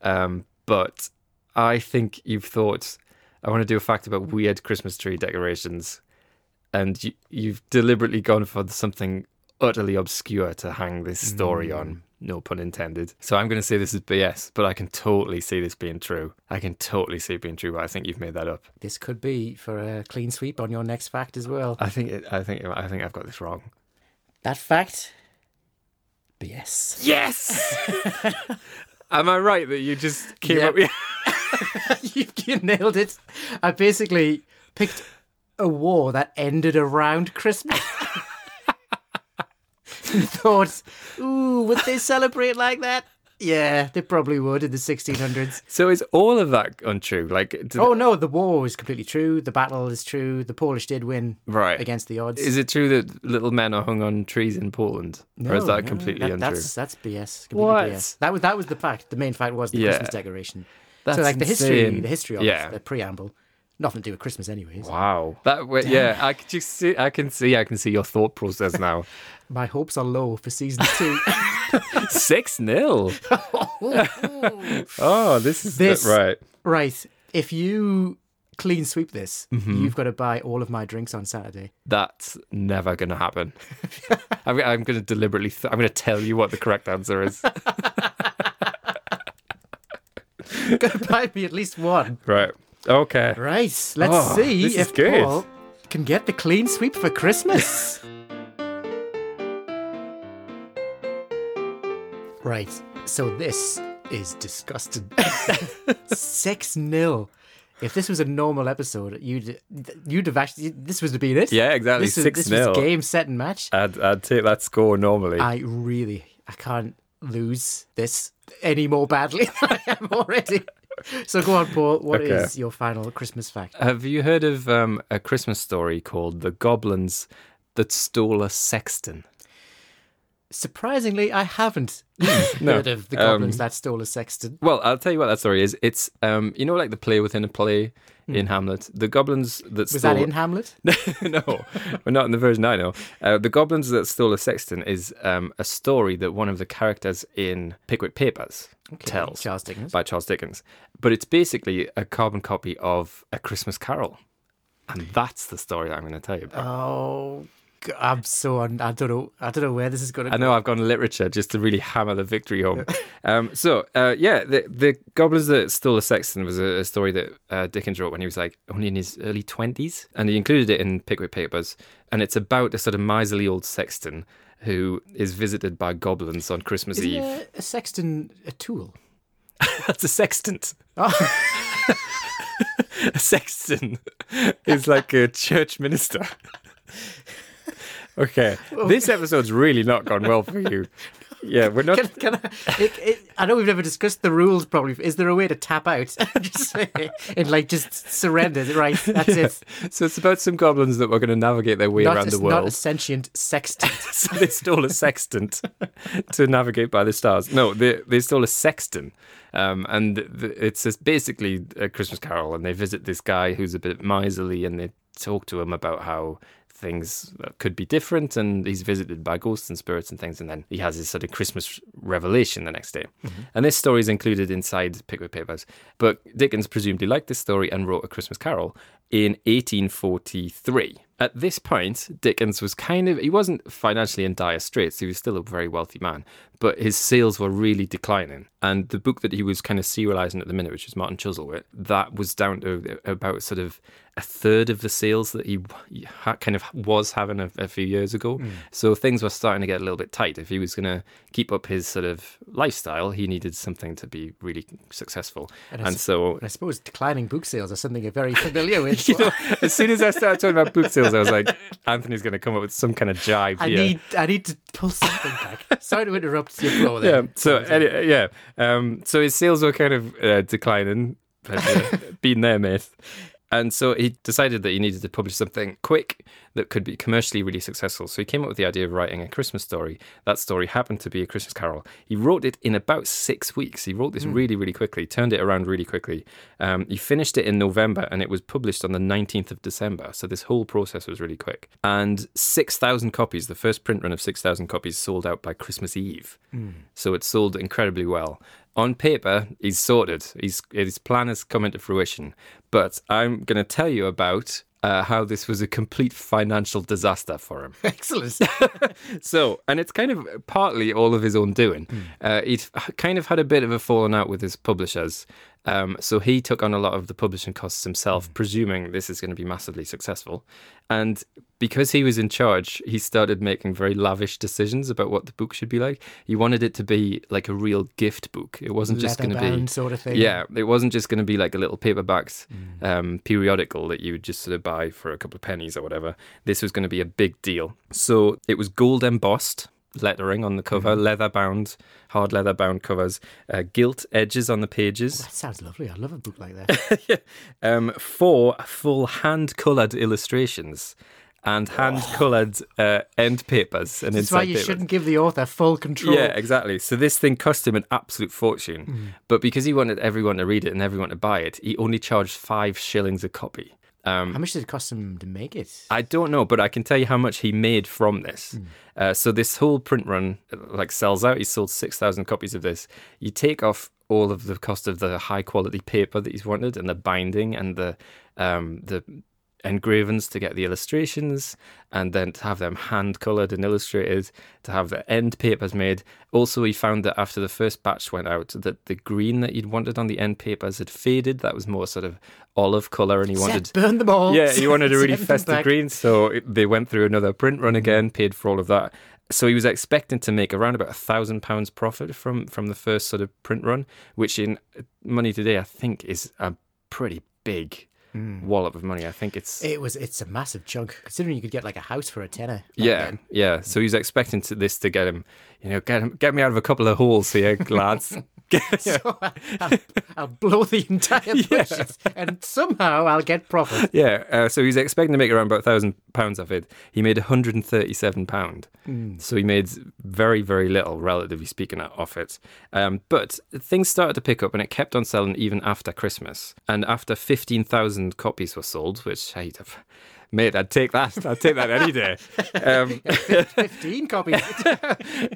Speaker 2: Um. But I think you've thought. I want to do a fact about weird Christmas tree decorations, and you, you've deliberately gone for something utterly obscure to hang this story on. No pun intended. So I'm going to say this is BS, but I can totally see this being true. I can totally see it being true, but I think you've made that up.
Speaker 1: This could be for a clean sweep on your next fact as well.
Speaker 2: I think it, I think I think I've got this wrong.
Speaker 1: That fact, BS.
Speaker 2: Yes. <laughs> Am I right that you just came
Speaker 1: Yeah.
Speaker 2: up? with
Speaker 1: <laughs>
Speaker 2: <laughs>
Speaker 1: you, you nailed it. I basically picked a war that ended around Christmas. <laughs> Thought, ooh, would they celebrate like that? Yeah, they probably would in the
Speaker 2: <laughs>
Speaker 1: 1600s.
Speaker 2: So is all of that untrue? Like, do-
Speaker 1: Oh no, the war is completely true. The battle is true. The Polish did win
Speaker 2: right?
Speaker 1: against the odds.
Speaker 2: Is it true that little men are hung on trees in Poland, or is
Speaker 1: No,
Speaker 2: that
Speaker 1: no,
Speaker 2: completely
Speaker 1: that-
Speaker 2: untrue?
Speaker 1: That's that's BS. Completely
Speaker 2: What?
Speaker 1: BS. That was that was the fact. The main fact was the
Speaker 2: Yeah.
Speaker 1: Christmas decoration.
Speaker 2: That's
Speaker 1: so like the history,
Speaker 2: insane.
Speaker 1: the history of
Speaker 2: Yeah.
Speaker 1: it, the preamble, nothing to do with Christmas, anyways.
Speaker 2: Wow. That wa- yeah, I can just see. I can see. I can see your thought process
Speaker 1: <laughs>
Speaker 2: now.
Speaker 1: My hopes are low for season <laughs> two. <laughs>
Speaker 2: Six 0 <laughs> Oh, this is
Speaker 1: This-
Speaker 2: right.
Speaker 1: right, if you clean sweep this.
Speaker 2: Mm-hmm.
Speaker 1: You've got to buy all of my drinks on Saturday. <laughs>
Speaker 2: That's never going to happen. I'm, I'm going to deliberately. Th- I'm going to tell you what the correct
Speaker 1: <laughs>
Speaker 2: answer is.
Speaker 1: You've got to buy me at least one.
Speaker 2: right. Okay.
Speaker 1: Right, let's
Speaker 2: Oh,
Speaker 1: see
Speaker 2: this is
Speaker 1: if
Speaker 2: good.
Speaker 1: Paul can get the clean sweep for
Speaker 2: <laughs>
Speaker 1: Christmas. right, so this is
Speaker 2: <laughs>
Speaker 1: disgusting. 6 0. If this was a normal episode, you'd you'd have actually this was to be it.
Speaker 2: Yeah, exactly.
Speaker 1: This is,
Speaker 2: Six
Speaker 1: this
Speaker 2: nil.
Speaker 1: was game set and match.
Speaker 2: I'd, I'd take that score normally.
Speaker 1: I really I can't lose this any more badly <laughs> than I am already. So go on, Paul. What is
Speaker 2: Okay.
Speaker 1: your final Christmas fact?
Speaker 2: Have you heard of um, a Christmas story called "The Goblins That Stole a Sexton"?
Speaker 1: Surprisingly, I
Speaker 2: <laughs>
Speaker 1: haven't <laughs> heard of the
Speaker 2: um,
Speaker 1: goblins that stole a sexton.
Speaker 2: Well, I'll tell you what that story is. It's um, you know, like the play within a play in Hamlet. The goblins Hmm. that
Speaker 1: Was
Speaker 2: stole
Speaker 1: that in Hamlet?
Speaker 2: <laughs> no, we're not in the version I know. Uh, the Goblins That Stole a Sexton is um, a story that one of the characters in Pickwick Papers tells
Speaker 1: Charles Dickens.
Speaker 2: by Charles Dickens. But it's basically a carbon copy of A Christmas Carol. And that's the story that I'm going to tell you about.
Speaker 1: Oh, g- I'm so un- I don't know. I don't know where this is going
Speaker 2: I
Speaker 1: to.
Speaker 2: know I've gone literature just to really hammer the victory home.
Speaker 1: <laughs>
Speaker 2: um, so, uh, yeah, the, the Goblins That Stole a Sexton was a, a story that uh, Dickens wrote when he was like only in his early 20s. And he included it in Pickwick Papers. And it's about a sort of miserly old sexton who is visited by goblins on Christmas
Speaker 1: Isn't
Speaker 2: Eve.
Speaker 1: a, a sexton a tool? <laughs>
Speaker 2: That's a sextant.
Speaker 1: Oh,
Speaker 2: <laughs> A sexton is like a church minister. <laughs> okay.
Speaker 1: Oh.
Speaker 2: This episode's really not gone well
Speaker 1: <laughs>
Speaker 2: for you. Yeah, we're not.
Speaker 1: can, can I, it, it, I know we've never discussed the rules. Probably is there a way to tap out <laughs> just say, and like just surrender? Right, that's it.
Speaker 2: So it's about some goblins that were going to navigate their <laughs> way
Speaker 1: Not,
Speaker 2: around
Speaker 1: a-
Speaker 2: the
Speaker 1: not a
Speaker 2: world. <laughs>
Speaker 1: sentient sexton.
Speaker 2: so they stole a sextant <laughs> to navigate by the stars. No, they they stole a sexton, um, and th it's just basically a Christmas Carol. And they visit this guy who's a bit miserly, and they talk to him about how things uh, could be different and he's visited by ghosts and spirits and things and then he has his sort of christmas revelation the next day
Speaker 1: Mm-hmm.
Speaker 2: and this story is included inside pickwick papers but dickens presumably liked this story and wrote a christmas carol in 1843 at this point dickens was kind of he wasn't financially in dire straits he was still a very wealthy man but his sales were really declining and the book that he was kind of serializing at the minute which was martin chuzzlewit that was down to about sort of a third of the sales that he ha- kind of was having a, a few years ago. So things were starting to get a little bit tight. If he was going to keep up his sort of lifestyle, he needed something to be really successful. And, so.
Speaker 1: And I suppose declining book sales are something you're very
Speaker 2: <laughs>
Speaker 1: familiar with.
Speaker 2: You know, as soon as I started talking about book sales, I was like, Anthony's going to come up with some kind of jive
Speaker 1: I
Speaker 2: here.
Speaker 1: need I need to pull something back. Sorry to interrupt your flow
Speaker 2: yeah.
Speaker 1: there.
Speaker 2: So any, yeah. Um, so his sales were kind of uh, declining.
Speaker 1: <laughs>
Speaker 2: Had, uh, Been there, mate. And so he decided that he needed to publish something quick that could be commercially really successful. So he came up with the idea of writing a Christmas story. That story happened to be a Christmas Carol. He wrote it in about six weeks. He wrote this
Speaker 1: Hmm.
Speaker 2: really, really quickly, turned it around really quickly. Um, he finished it in November and it was published on the 19th of December. So this whole process was really quick. And 6,000 copies, the first print run of 6,000 copies sold out by Christmas Eve. So it sold incredibly well. On paper, he's sorted. He's, his plan has come into fruition. But I'm going to tell you about uh, how this was a complete financial disaster for him.
Speaker 1: Excellent.
Speaker 2: So, and it's kind of partly all of his own doing.
Speaker 1: Hmm.
Speaker 2: Uh, he'd h- kind of had a bit of a falling out with his publishers. Um, so he took on a lot of the publishing costs
Speaker 1: Hmm.
Speaker 2: himself, presuming this is going to be massively successful. And because he was in charge, he started making very lavish decisions about what the book should be like. He wanted it to be like a real gift book. It wasn't just going to be
Speaker 1: Leather-bound sort of thing.
Speaker 2: yeah, Uh, it wasn't just going to be like a little paperback's
Speaker 1: Mm.
Speaker 2: um, periodical that you would just sort of buy for a couple of pennies or whatever. This was going to be a big deal. So it was gold embossed lettering on the cover,
Speaker 1: Mm-hmm.
Speaker 2: leather bound, hard leather bound covers, uh, gilt edges on the pages,
Speaker 1: That sounds lovely. I love a book like <laughs> that.
Speaker 2: um, four full hand coloured illustrations. And hand coloured uh, end papers and
Speaker 1: That's
Speaker 2: inside
Speaker 1: why you
Speaker 2: papers.
Speaker 1: shouldn't give the author full control.
Speaker 2: Yeah, exactly. So this thing cost him an absolute fortune. But because he wanted everyone to read it and everyone to buy it, he only charged five shillings a copy. Um,
Speaker 1: How much did it cost him to make it?
Speaker 2: I don't know, but I can tell you how much he made from this. Uh, so this whole print run uh, like sells out. He sold six thousand copies of this. You take off all of the cost of the high quality paper that he's wanted and the binding and the um, the engravings to get the illustrations and then to have them hand colored and illustrated to have the end papers made also he found that after the first batch went out that the green that he'd wanted on the end papers had faded that was more sort of olive color and he wanted
Speaker 1: Seth, burn them all.
Speaker 2: yeah, he wanted a
Speaker 1: <laughs> Send
Speaker 2: really
Speaker 1: them
Speaker 2: festive
Speaker 1: back.
Speaker 2: green, so it- they went through another print run again, paid for all of that. So he was expecting to make around about a thousand pounds profit from from the first sort of print run, which in uh, money today I think is a pretty big wallop of money. I think it's
Speaker 1: It was. It's a massive chunk, considering you could get like a house for a tenner. back
Speaker 2: yeah,
Speaker 1: then.
Speaker 2: yeah. So he was expecting to, this to get him, you know, get him, get me out of a couple of holes here, <laughs> lads.
Speaker 1: <laughs> So I- <laughs> I'll, I'll blow the
Speaker 2: <laughs>
Speaker 1: entire budget, and somehow I'll get profit.
Speaker 2: Yeah, uh, so he's expecting to make around about thousand pounds of it. He made one hundred and thirty-seven pound,
Speaker 1: Hmm.
Speaker 2: so he made very, very little, relatively speaking, off it. Um, but things started to pick up, and it kept on selling even after Christmas. And after fifteen thousand copies were sold, which hey, I'd- mate, I'd take that. I'd take that any
Speaker 1: <laughs>
Speaker 2: day. Um,
Speaker 1: Fifteen copies.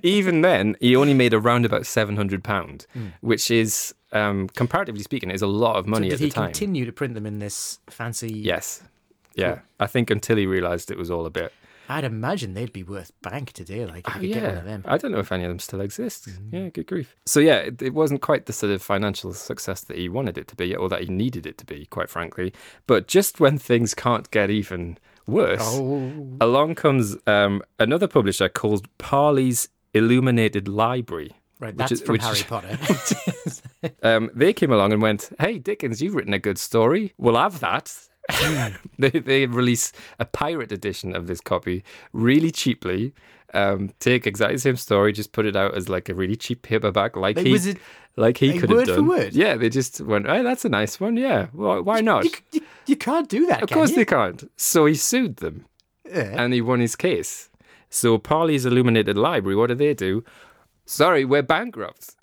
Speaker 2: even then, he only made around about seven hundred pound,
Speaker 1: Hmm.
Speaker 2: which is, um, comparatively speaking, is a lot of money
Speaker 1: Did
Speaker 2: at the
Speaker 1: he
Speaker 2: time.
Speaker 1: continue to print them in this fancy?
Speaker 2: yes. Yeah, I think until he realised it was all a bit
Speaker 1: I'd imagine they'd be worth bank today. Like if you could get one of them.
Speaker 2: Oh,
Speaker 1: Mm-hmm.
Speaker 2: I don't know if any of them still exist. Yeah, good grief. So yeah, it, it wasn't quite the sort of financial success that he wanted it to be, or that he needed it to be, quite frankly. But just when things can't get even worse,
Speaker 1: Oh,
Speaker 2: along comes um, another publisher called Parley's Illuminated Library.
Speaker 1: right. That's
Speaker 2: is-
Speaker 1: from
Speaker 2: which-
Speaker 1: Harry
Speaker 2: <laughs>
Speaker 1: Potter. <laughs>
Speaker 2: Um, they came along and went, "Hey, Dickens, you've written a good story. We'll have that."
Speaker 1: Hmm.
Speaker 2: <laughs> they, they release a pirate edition of this copy really cheaply. Um, take exactly the same story, just put it out as like a really cheap paperback, like
Speaker 1: Like,
Speaker 2: he,
Speaker 1: was it-
Speaker 2: like he
Speaker 1: like
Speaker 2: could
Speaker 1: word
Speaker 2: have
Speaker 1: for
Speaker 2: done.
Speaker 1: word?
Speaker 2: Yeah, they just went, "Hey, that's a nice one. Yeah, why, why not?"
Speaker 1: you, you, you can't do that.
Speaker 2: of course
Speaker 1: can
Speaker 2: they can't. So he sued them
Speaker 1: you? Yeah.
Speaker 2: and he won his case. So Parley's Illuminated Library, what do they do? Sorry, we're bankrupt.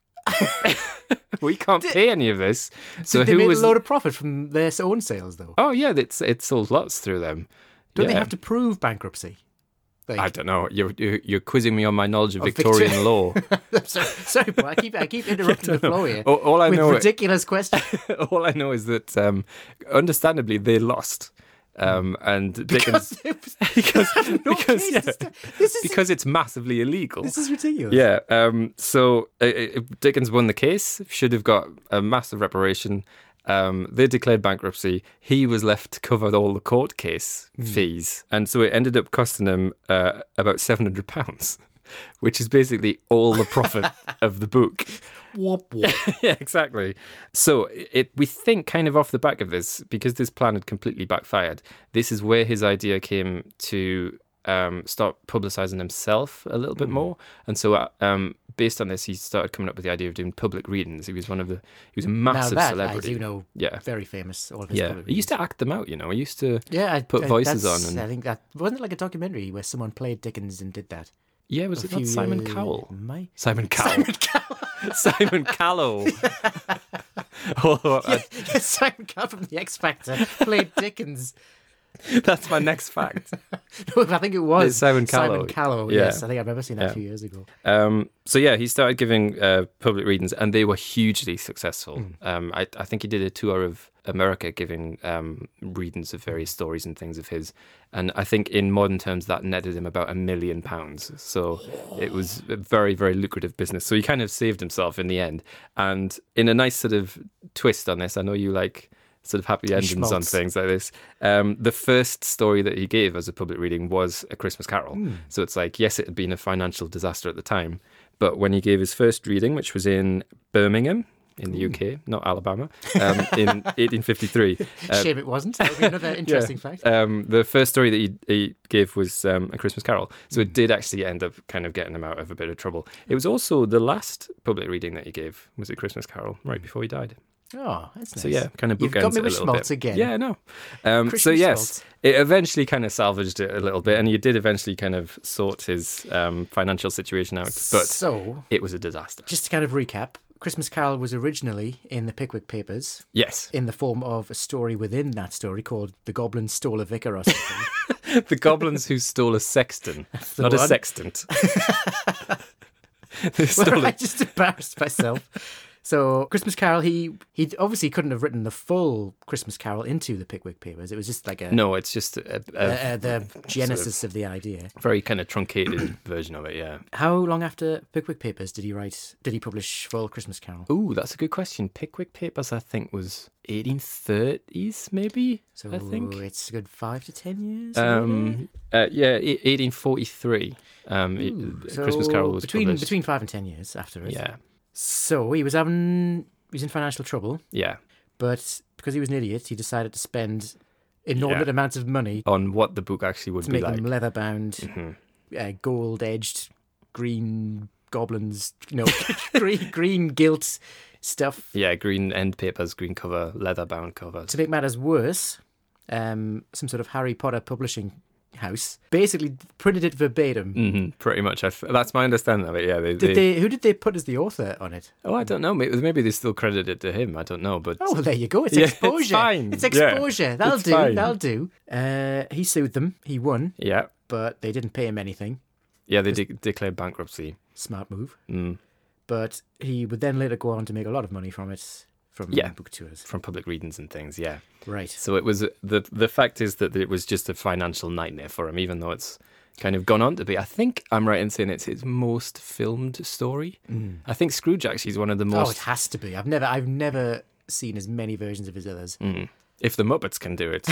Speaker 2: <laughs> we can't pay any of this. So
Speaker 1: they
Speaker 2: who
Speaker 1: made
Speaker 2: was?
Speaker 1: a load of profit from their own sales, though.
Speaker 2: oh yeah, it's it sold lots through them.
Speaker 1: Don't they
Speaker 2: Yeah.
Speaker 1: have to prove bankruptcy? Like, <laughs>
Speaker 2: I don't know. You're you're, you're quizzing me on my knowledge of
Speaker 1: Victor-
Speaker 2: Victorian law.
Speaker 1: sorry, sorry, but I keep I
Speaker 2: <laughs>
Speaker 1: keep interrupting the flow here
Speaker 2: All, all
Speaker 1: <laughs>
Speaker 2: I
Speaker 1: with
Speaker 2: know,
Speaker 1: ridiculous questions.
Speaker 2: <laughs>
Speaker 1: <laughs>
Speaker 2: all I know is that, um, understandably, they lost. Um, and Dickens
Speaker 1: <laughs>
Speaker 2: <laughs> because
Speaker 1: No
Speaker 2: because,
Speaker 1: case
Speaker 2: yeah,
Speaker 1: to sta- this is
Speaker 2: because it's massively illegal.
Speaker 1: this is ridiculous.
Speaker 2: Yeah. Um, so uh, uh, Dickens won the case, should have got a massive reparation. Um, they declared bankruptcy. He was left to cover all the court case fees. And so it ended up costing him uh, about £700, <laughs> which is basically all the profit of the book.
Speaker 1: Wop, wop.
Speaker 2: <laughs> yeah, exactly. So it we think kind of off the back of this because this plan had completely backfired. This is where his idea came to um, start publicizing himself a little bit
Speaker 1: Hmm.
Speaker 2: more, and so uh, um, based on this, he started coming up with the idea of doing public readings. He was one of the he was a
Speaker 1: now
Speaker 2: massive
Speaker 1: that
Speaker 2: celebrity.
Speaker 1: I do know,
Speaker 2: Yeah,
Speaker 1: very famous. All of his
Speaker 2: yeah.
Speaker 1: public
Speaker 2: He used to act them out, you know. He used to
Speaker 1: Yeah, I,
Speaker 2: put
Speaker 1: I-
Speaker 2: voices
Speaker 1: that's-
Speaker 2: on and-
Speaker 1: I think that wasn't it like a documentary where someone played Dickens and did that.
Speaker 2: yeah. Was it
Speaker 1: few
Speaker 2: not Simon
Speaker 1: years-
Speaker 2: Cowell?
Speaker 1: My
Speaker 2: <laughs> Simon Cowell. Simon
Speaker 1: <laughs>
Speaker 2: Cowell. <laughs> oh, I-
Speaker 1: Simon Cowell from The X Factor played Dickens. <laughs>
Speaker 2: that's my next fact.
Speaker 1: No, I think it was
Speaker 2: It's Simon Cowell.
Speaker 1: Simon Cowell.
Speaker 2: Yeah.
Speaker 1: Yes, I think I remember seeing that
Speaker 2: Yeah.
Speaker 1: a few years ago.
Speaker 2: Um, so yeah, he started giving uh, public readings, and they were hugely successful. Um, I, I think he did a tour of America giving um, readings of various stories and things of his, and I think in modern terms that netted him about a million pounds. So it was a very very lucrative business. So he kind of saved himself in the end, and in a nice sort of twist on this, I know you like sort of happy endings on
Speaker 1: Schmaltz.
Speaker 2: things like this. Um, the first story that he gave as a public reading was A Christmas Carol.
Speaker 1: Hmm.
Speaker 2: So it's like, yes, it had been a financial disaster at the time, but when he gave his first reading, which was in Birmingham in the UK, not Alabama, um,
Speaker 1: <laughs>
Speaker 2: in 1853,
Speaker 1: Shame it wasn't. That would be
Speaker 2: <laughs>
Speaker 1: another interesting fact.
Speaker 2: um, the first story that he, he gave was um, A Christmas Carol. So
Speaker 1: Hmm.
Speaker 2: it did actually end up kind of getting him out of a bit of trouble. It was also the last public reading that he gave was A Christmas Carol right before he died.
Speaker 1: Oh, that's nice.
Speaker 2: So yeah, kind of
Speaker 1: You've
Speaker 2: bookends
Speaker 1: got me
Speaker 2: it a
Speaker 1: with
Speaker 2: little
Speaker 1: schmaltz
Speaker 2: bit.
Speaker 1: again.
Speaker 2: Yeah, I know. Um, so
Speaker 1: Christian
Speaker 2: yes,
Speaker 1: schmaltz.
Speaker 2: it eventually kind of salvaged it a little bit, and he did eventually kind of sort his um, financial situation out, but
Speaker 1: so
Speaker 2: it was a disaster.
Speaker 1: just to kind of recap, Christmas Carol was originally in the Pickwick Papers
Speaker 2: Yes,
Speaker 1: in the form of a story within that story called "The Goblin Stole a Vicar" or something. <laughs>
Speaker 2: <laughs> the goblins who stole a sexton, not a
Speaker 1: one. <laughs>
Speaker 2: sextant. They stole
Speaker 1: I
Speaker 2: a-
Speaker 1: just embarrassed myself. So Christmas Carol, he he obviously couldn't have written the full Christmas Carol into the Pickwick Papers. It was just like a
Speaker 2: No, it's just a,
Speaker 1: uh,
Speaker 2: a
Speaker 1: uh, the genesis of the idea.
Speaker 2: very kind of truncated <clears throat> version of it. Yeah.
Speaker 1: How long after Pickwick Papers did he write? Did he publish full Christmas Carol?
Speaker 2: Ooh, that's a good question. Pickwick Papers, I think, was 1830s, maybe.
Speaker 1: So
Speaker 2: I think.
Speaker 1: it's a good five to ten years. maybe?
Speaker 2: Um, uh, yeah, e- 1843. Um, it- Christmas
Speaker 1: Hmm. So
Speaker 2: Carol was
Speaker 1: between
Speaker 2: published.
Speaker 1: between five and ten years after it.
Speaker 2: Yeah,
Speaker 1: So he was having he was in financial trouble,
Speaker 2: yeah.
Speaker 1: but because he was an idiot, he decided to spend inordinate
Speaker 2: Yeah.
Speaker 1: amounts of money
Speaker 2: On what the book actually would
Speaker 1: to
Speaker 2: be
Speaker 1: make
Speaker 2: like. Mm-hmm.
Speaker 1: them leather bound, uh, gold edged, green goblins, no, <laughs> green, green gilt stuff.
Speaker 2: Yeah, green end papers, green cover, leather bound covers.
Speaker 1: To make matters worse, um, some sort of Harry Potter publishing house basically printed it verbatim.
Speaker 2: hmm pretty much. I th- that's my understanding of it. Yeah. They,
Speaker 1: Did
Speaker 2: they-
Speaker 1: they? Who did they put as the author on it?
Speaker 2: Oh, I don't know. Maybe, maybe they still credit it to him. I don't know. But
Speaker 1: Oh, well, there you go. It's
Speaker 2: Yeah, it's
Speaker 1: exposure.
Speaker 2: fine.
Speaker 1: It's
Speaker 2: Yeah.
Speaker 1: exposure. That'll
Speaker 2: It's
Speaker 1: do.
Speaker 2: fine.
Speaker 1: That'll do. Uh, he sued them. He won,
Speaker 2: yeah,
Speaker 1: but they didn't pay him anything.
Speaker 2: yeah, they de- declared bankruptcy.
Speaker 1: Smart move.
Speaker 2: Mm.
Speaker 1: But he would then later go on to make a lot of money from it, from
Speaker 2: Yeah.
Speaker 1: book tours.
Speaker 2: from public readings and things. Yeah.
Speaker 1: Right.
Speaker 2: So it was the the fact is that it was just a financial nightmare for him, even though it's kind of gone on to be. I think I'm right in saying it's his most filmed story. I think Scrooge actually is one of the
Speaker 1: Mm. Oh, it
Speaker 2: most.
Speaker 1: has to be. I've never, I've never seen as many versions of his others,
Speaker 2: Mm. if the Muppets can
Speaker 1: <laughs>
Speaker 2: do it,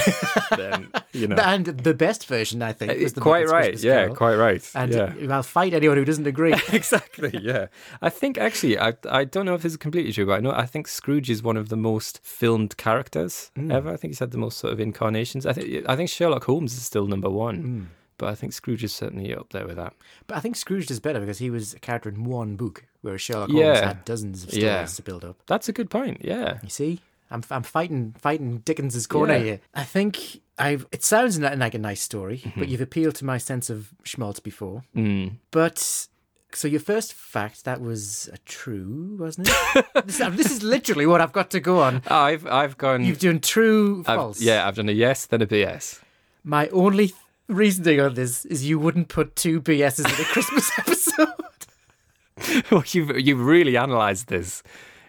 Speaker 2: then you know.
Speaker 1: and the best version, I think. Was the
Speaker 2: Uh, quite
Speaker 1: Muppets
Speaker 2: right.
Speaker 1: Christmas
Speaker 2: yeah,
Speaker 1: Carol.
Speaker 2: quite right.
Speaker 1: and <laughs>
Speaker 2: yeah.
Speaker 1: I'll fight anyone who doesn't
Speaker 2: <laughs>
Speaker 1: agree.
Speaker 2: exactly. Yeah. I think actually, I I don't know if this is completely true, but I know I think Scrooge is one of the most filmed characters
Speaker 1: Mm.
Speaker 2: ever. I think he's had the most sort of incarnations. I think I think Sherlock Holmes is still number one,
Speaker 1: Mm.
Speaker 2: but I think Scrooge is certainly up there with that.
Speaker 1: Hmm. but I think Scrooge does better because he was a character in one book, whereas Sherlock Holmes
Speaker 2: Yeah.
Speaker 1: had dozens of stories
Speaker 2: Yeah.
Speaker 1: to build up.
Speaker 2: That's a good point. Yeah.
Speaker 1: You see, I'm I'm fighting fighting Dickens's corner
Speaker 2: Yeah.
Speaker 1: here. I think I've. It sounds li- like a nice story,
Speaker 2: Mm-hmm.
Speaker 1: but you've appealed to my sense of schmaltz before.
Speaker 2: Mm.
Speaker 1: But so your first fact that was a true, wasn't
Speaker 2: <laughs>
Speaker 1: it? this, this is literally what I've got to go on.
Speaker 2: Oh, I've I've gone.
Speaker 1: You've done true,
Speaker 2: Mm. I've-
Speaker 1: false.
Speaker 2: yeah, I've done a yes, then a BS.
Speaker 1: My only th- reasoning on this is you wouldn't put two BSs in a Christmas <laughs> episode.
Speaker 2: <laughs> well, you've you've really analysed this.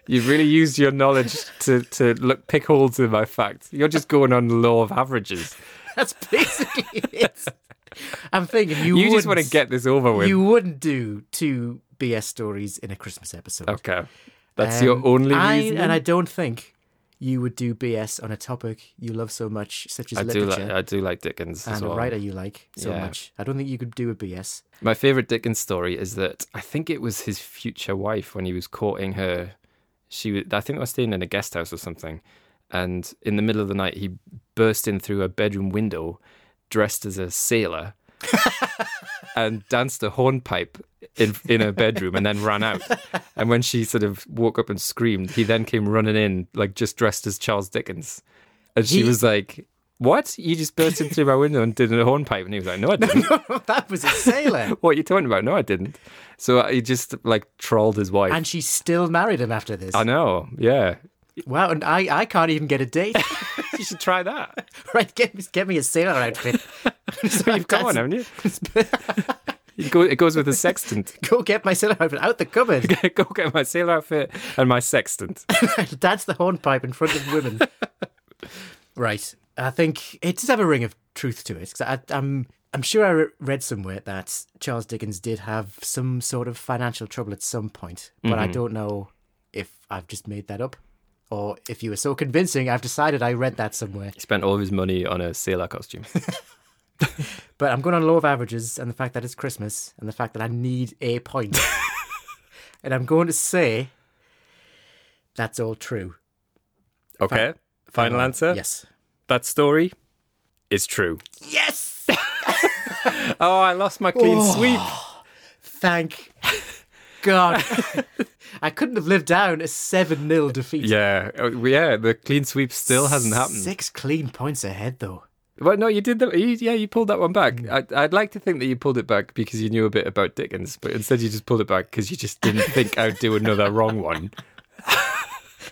Speaker 2: You've really used your knowledge to to look pick holes in my facts. You're just going on law of averages.
Speaker 1: That's basically it. I'm thinking you.
Speaker 2: You, just want to
Speaker 1: wouldn't-
Speaker 2: get this over with.
Speaker 1: You wouldn't do two BS stories in a Christmas episode.
Speaker 2: Okay. That's
Speaker 1: Um,
Speaker 2: your only
Speaker 1: I,
Speaker 2: reason.
Speaker 1: And I don't think you would do BS on a topic you love so much, such as
Speaker 2: I do
Speaker 1: literature,
Speaker 2: like I do like Dickens as
Speaker 1: and a
Speaker 2: well.
Speaker 1: writer you like so
Speaker 2: Yeah.
Speaker 1: much. I don't think you could do a BS.
Speaker 2: My favorite Dickens story is that I think it was his future wife when he was courting her. She, was, I think, they were staying in a guest house or something, and in the middle of the night, he burst in through her bedroom window, dressed as a sailor, and danced a hornpipe in in her bedroom, and then ran out. And when she sort of woke up and screamed, he then came running in, like just dressed as Charles Dickens, and she
Speaker 1: He-
Speaker 2: was like. What? You just burst in through my window and did a hornpipe, and he was like, "No, I didn't."
Speaker 1: <laughs> that was a sailor.
Speaker 2: <laughs> What are you talking about? No, I didn't. So he just like trolled his wife.
Speaker 1: and she still married him after this.
Speaker 2: I know. Yeah.
Speaker 1: wow, and I, I can't even get a date. <laughs>
Speaker 2: You should try that. <laughs>
Speaker 1: right, get, me- get me a sailor outfit. so
Speaker 2: You've got one, haven't you? <laughs> It goes, it goes with a sextant. <laughs>
Speaker 1: Go get my sailor outfit out the cupboard.
Speaker 2: Go get my sailor outfit and my sextant.
Speaker 1: Dance the hornpipe in front of women. <laughs> right. I think it does have a ring of truth to it. 'cause I, I'm, I'm sure I re- read somewhere that Charles Dickens did have some sort of financial trouble at some point, but I don't know if I've just made that up or if you were so convincing, I've decided I read that somewhere.
Speaker 2: He spent all of his money on a sailor costume.
Speaker 1: But I'm going on law of averages and the fact that it's Christmas and the fact that I need a <laughs> point. and I'm going to say that's all true.
Speaker 2: <laughs> Okay. Final answer.
Speaker 1: Yes.
Speaker 2: That story is true.
Speaker 1: Yes!
Speaker 2: Oh, I lost my clean sweep.
Speaker 1: Thank God. <laughs> I couldn't have lived down a 7 0 defeat.
Speaker 2: Yeah. Oh, Yeah. The clean sweep still hasn't happened.
Speaker 1: Six clean points ahead, though. <laughs>
Speaker 2: Well, no, you did that. You, yeah, you pulled that one back. I'd, I'd like to think that you pulled it back because you knew a bit about <laughs> Dickens, but instead you just pulled it back because you just didn't think I'd do another wrong one.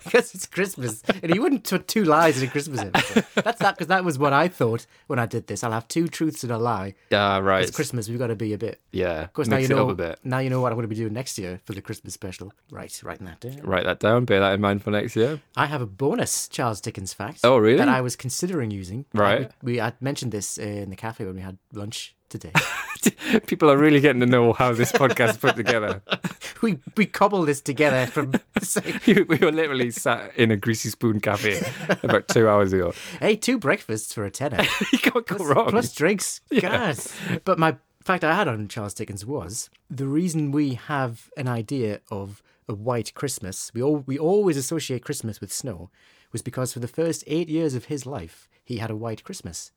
Speaker 1: because it's Christmas, and he wouldn't put two lies in a Christmas episode. That's that because that was what I thought when I did this. I'll have two truths and a lie.
Speaker 2: Ah, right.
Speaker 1: It's Christmas. We've got to be a bit.
Speaker 2: Yeah. Of
Speaker 1: Of course,
Speaker 2: Mix
Speaker 1: now you
Speaker 2: it
Speaker 1: know.
Speaker 2: up a bit.
Speaker 1: Now you know what I'm going to be doing next year for the Christmas special. Right, writing that down.
Speaker 2: Write that down. Bear that in mind for next year.
Speaker 1: I have a bonus Charles Dickens fact.
Speaker 2: Oh, really?
Speaker 1: That I was considering using.
Speaker 2: Right.
Speaker 1: we I mentioned this uh, in the cafe when we had lunch today.
Speaker 2: <laughs> People are really getting to know how this podcast is put <laughs> together.
Speaker 1: we we cobbled this together from. say,
Speaker 2: we were literally sat in a greasy spoon cafe about two hours ago.
Speaker 1: hey, two breakfasts for a tenner.
Speaker 2: <laughs> You can't go
Speaker 1: plus,
Speaker 2: wrong.
Speaker 1: plus drinks. God. But my fact I had on Charles Dickens was the reason we have an idea of a white Christmas. We all we always associate Christmas with snow, was because for the first eight years of his life he had a white Christmas.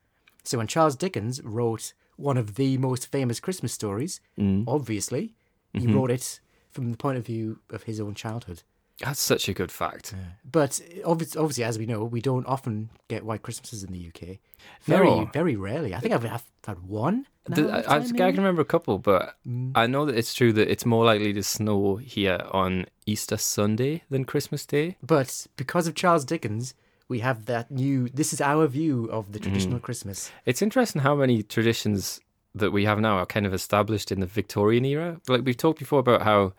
Speaker 1: So when Charles Dickens wrote one of the most famous Christmas stories, obviously he wrote it from the point of view of his own childhood.
Speaker 2: That's such a good fact.
Speaker 1: But obviously, obviously, as we know, we don't often get white Christmases in the UK. Very,
Speaker 2: No.
Speaker 1: very rarely. I think I've, I've had one. now
Speaker 2: Th-
Speaker 1: at the
Speaker 2: I, I
Speaker 1: time,
Speaker 2: think I
Speaker 1: maybe?
Speaker 2: can remember a couple, but I know that it's true that it's more likely to snow here on Easter Sunday than Christmas Day.
Speaker 1: But because of Charles Dickens, we have that new. This is our view of the
Speaker 2: Mm.
Speaker 1: traditional Christmas.
Speaker 2: It's interesting how many traditions that we have now are kind of established in the Victorian era. Like we've talked before about how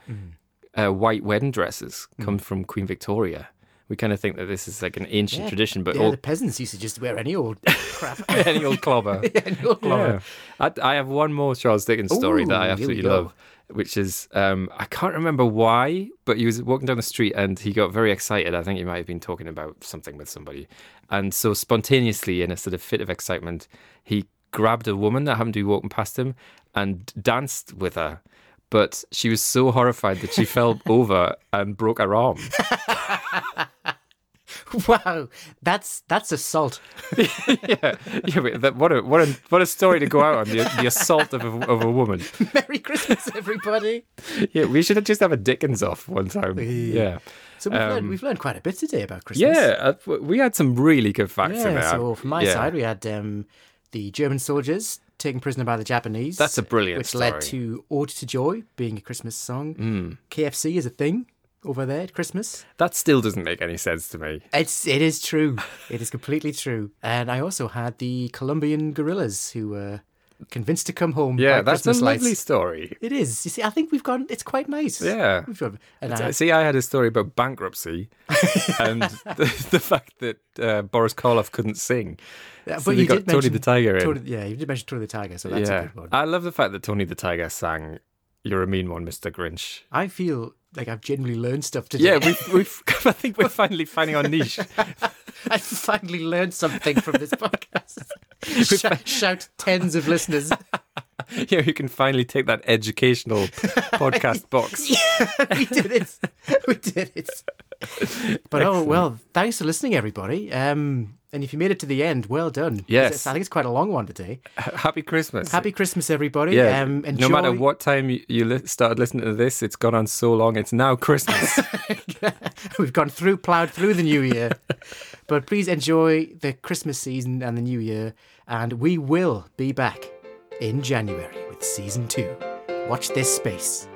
Speaker 2: uh, white wedding dresses come from Queen Victoria. We kind of think that this is like an ancient
Speaker 1: Yeah,
Speaker 2: tradition, but
Speaker 1: yeah,
Speaker 2: all,
Speaker 1: the peasants used to just wear any old crap.
Speaker 2: <laughs>
Speaker 1: <laughs>
Speaker 2: any old clobber.
Speaker 1: any old clobber.
Speaker 2: Yeah. I, I have one more Charles Dickens story that I
Speaker 1: Ooh, here we
Speaker 2: absolutely
Speaker 1: go.
Speaker 2: love, which is um, I can't remember why, but he was walking down the street and he got very excited. I think he might have been talking about something with somebody. And so, spontaneously, in a sort of fit of excitement, he grabbed a woman that happened to be walking past him and danced with her. But she was so horrified
Speaker 1: <laughs>
Speaker 2: that she fell over and broke her arm. <laughs>
Speaker 1: Wow, that's that's assault.
Speaker 2: yeah, yeah but that, what, a, what, a, what a story to go out on the, the assault of a, of a woman.
Speaker 1: <laughs> Merry Christmas, everybody.
Speaker 2: Yeah, we should have just have a Dickens off one time. Yeah.
Speaker 1: So we've, learned, we've learned quite a bit today about Christmas.
Speaker 2: Um, Yeah, uh, w- we had some really good facts in
Speaker 1: Yeah,
Speaker 2: there.
Speaker 1: so from my
Speaker 2: Yeah.
Speaker 1: side, we had um, the German soldiers taken prisoner by the Japanese.
Speaker 2: That's a brilliant
Speaker 1: Which led
Speaker 2: story. Mm.
Speaker 1: to Ode to Joy being a Christmas song. KFC is a thing over there at Christmas.
Speaker 2: That still doesn't make any sense to me.
Speaker 1: It's it is true. <laughs> It is completely true. And I also had the Colombian guerrillas who were convinced to come home.
Speaker 2: Yeah,
Speaker 1: by
Speaker 2: that's
Speaker 1: Christmas
Speaker 2: a lovely
Speaker 1: lights.
Speaker 2: story.
Speaker 1: It is. You see, I think we've gone. It's quite nice.
Speaker 2: Yeah.
Speaker 1: We've got, and
Speaker 2: So,
Speaker 1: I,
Speaker 2: See, I had a story
Speaker 1: <laughs>
Speaker 2: about bankruptcy and the, the fact that uh, Boris Karloff couldn't sing.
Speaker 1: but
Speaker 2: so they
Speaker 1: you
Speaker 2: got
Speaker 1: did
Speaker 2: Tony
Speaker 1: mention
Speaker 2: the Tiger in.
Speaker 1: Tony- yeah, you did mention Tony the Tiger, so that's a
Speaker 2: yeah.
Speaker 1: good one.
Speaker 2: I love the fact that Tony the Tiger sang You're a Mean One, Mr. Grinch.
Speaker 1: I feel like I've genuinely learned stuff today.
Speaker 2: Yeah, we've, we've, <laughs> I think we're finally finding
Speaker 1: <laughs>
Speaker 2: our niche.
Speaker 1: I finally learned something from this <laughs> podcast. shout, shout tens of <laughs> listeners.
Speaker 2: yeah, we can finally take that
Speaker 1: <laughs>
Speaker 2: educational podcast box.
Speaker 1: we did it. We did it. But oh well, thanks for listening, everybody. Um, and if you made it to the end, well done.
Speaker 2: Yes.
Speaker 1: I think it's quite a long one today.
Speaker 2: Happy Christmas.
Speaker 1: Happy Christmas, everybody.
Speaker 2: Yeah.
Speaker 1: Um, enjoy.
Speaker 2: No matter what time you, you li- started listening to this, it's gone on so long. It's now Christmas.
Speaker 1: <laughs> We've gone through, ploughed through the new <laughs> year. but please enjoy the Christmas season and the new year. And we will be back in January with season two. Watch this space.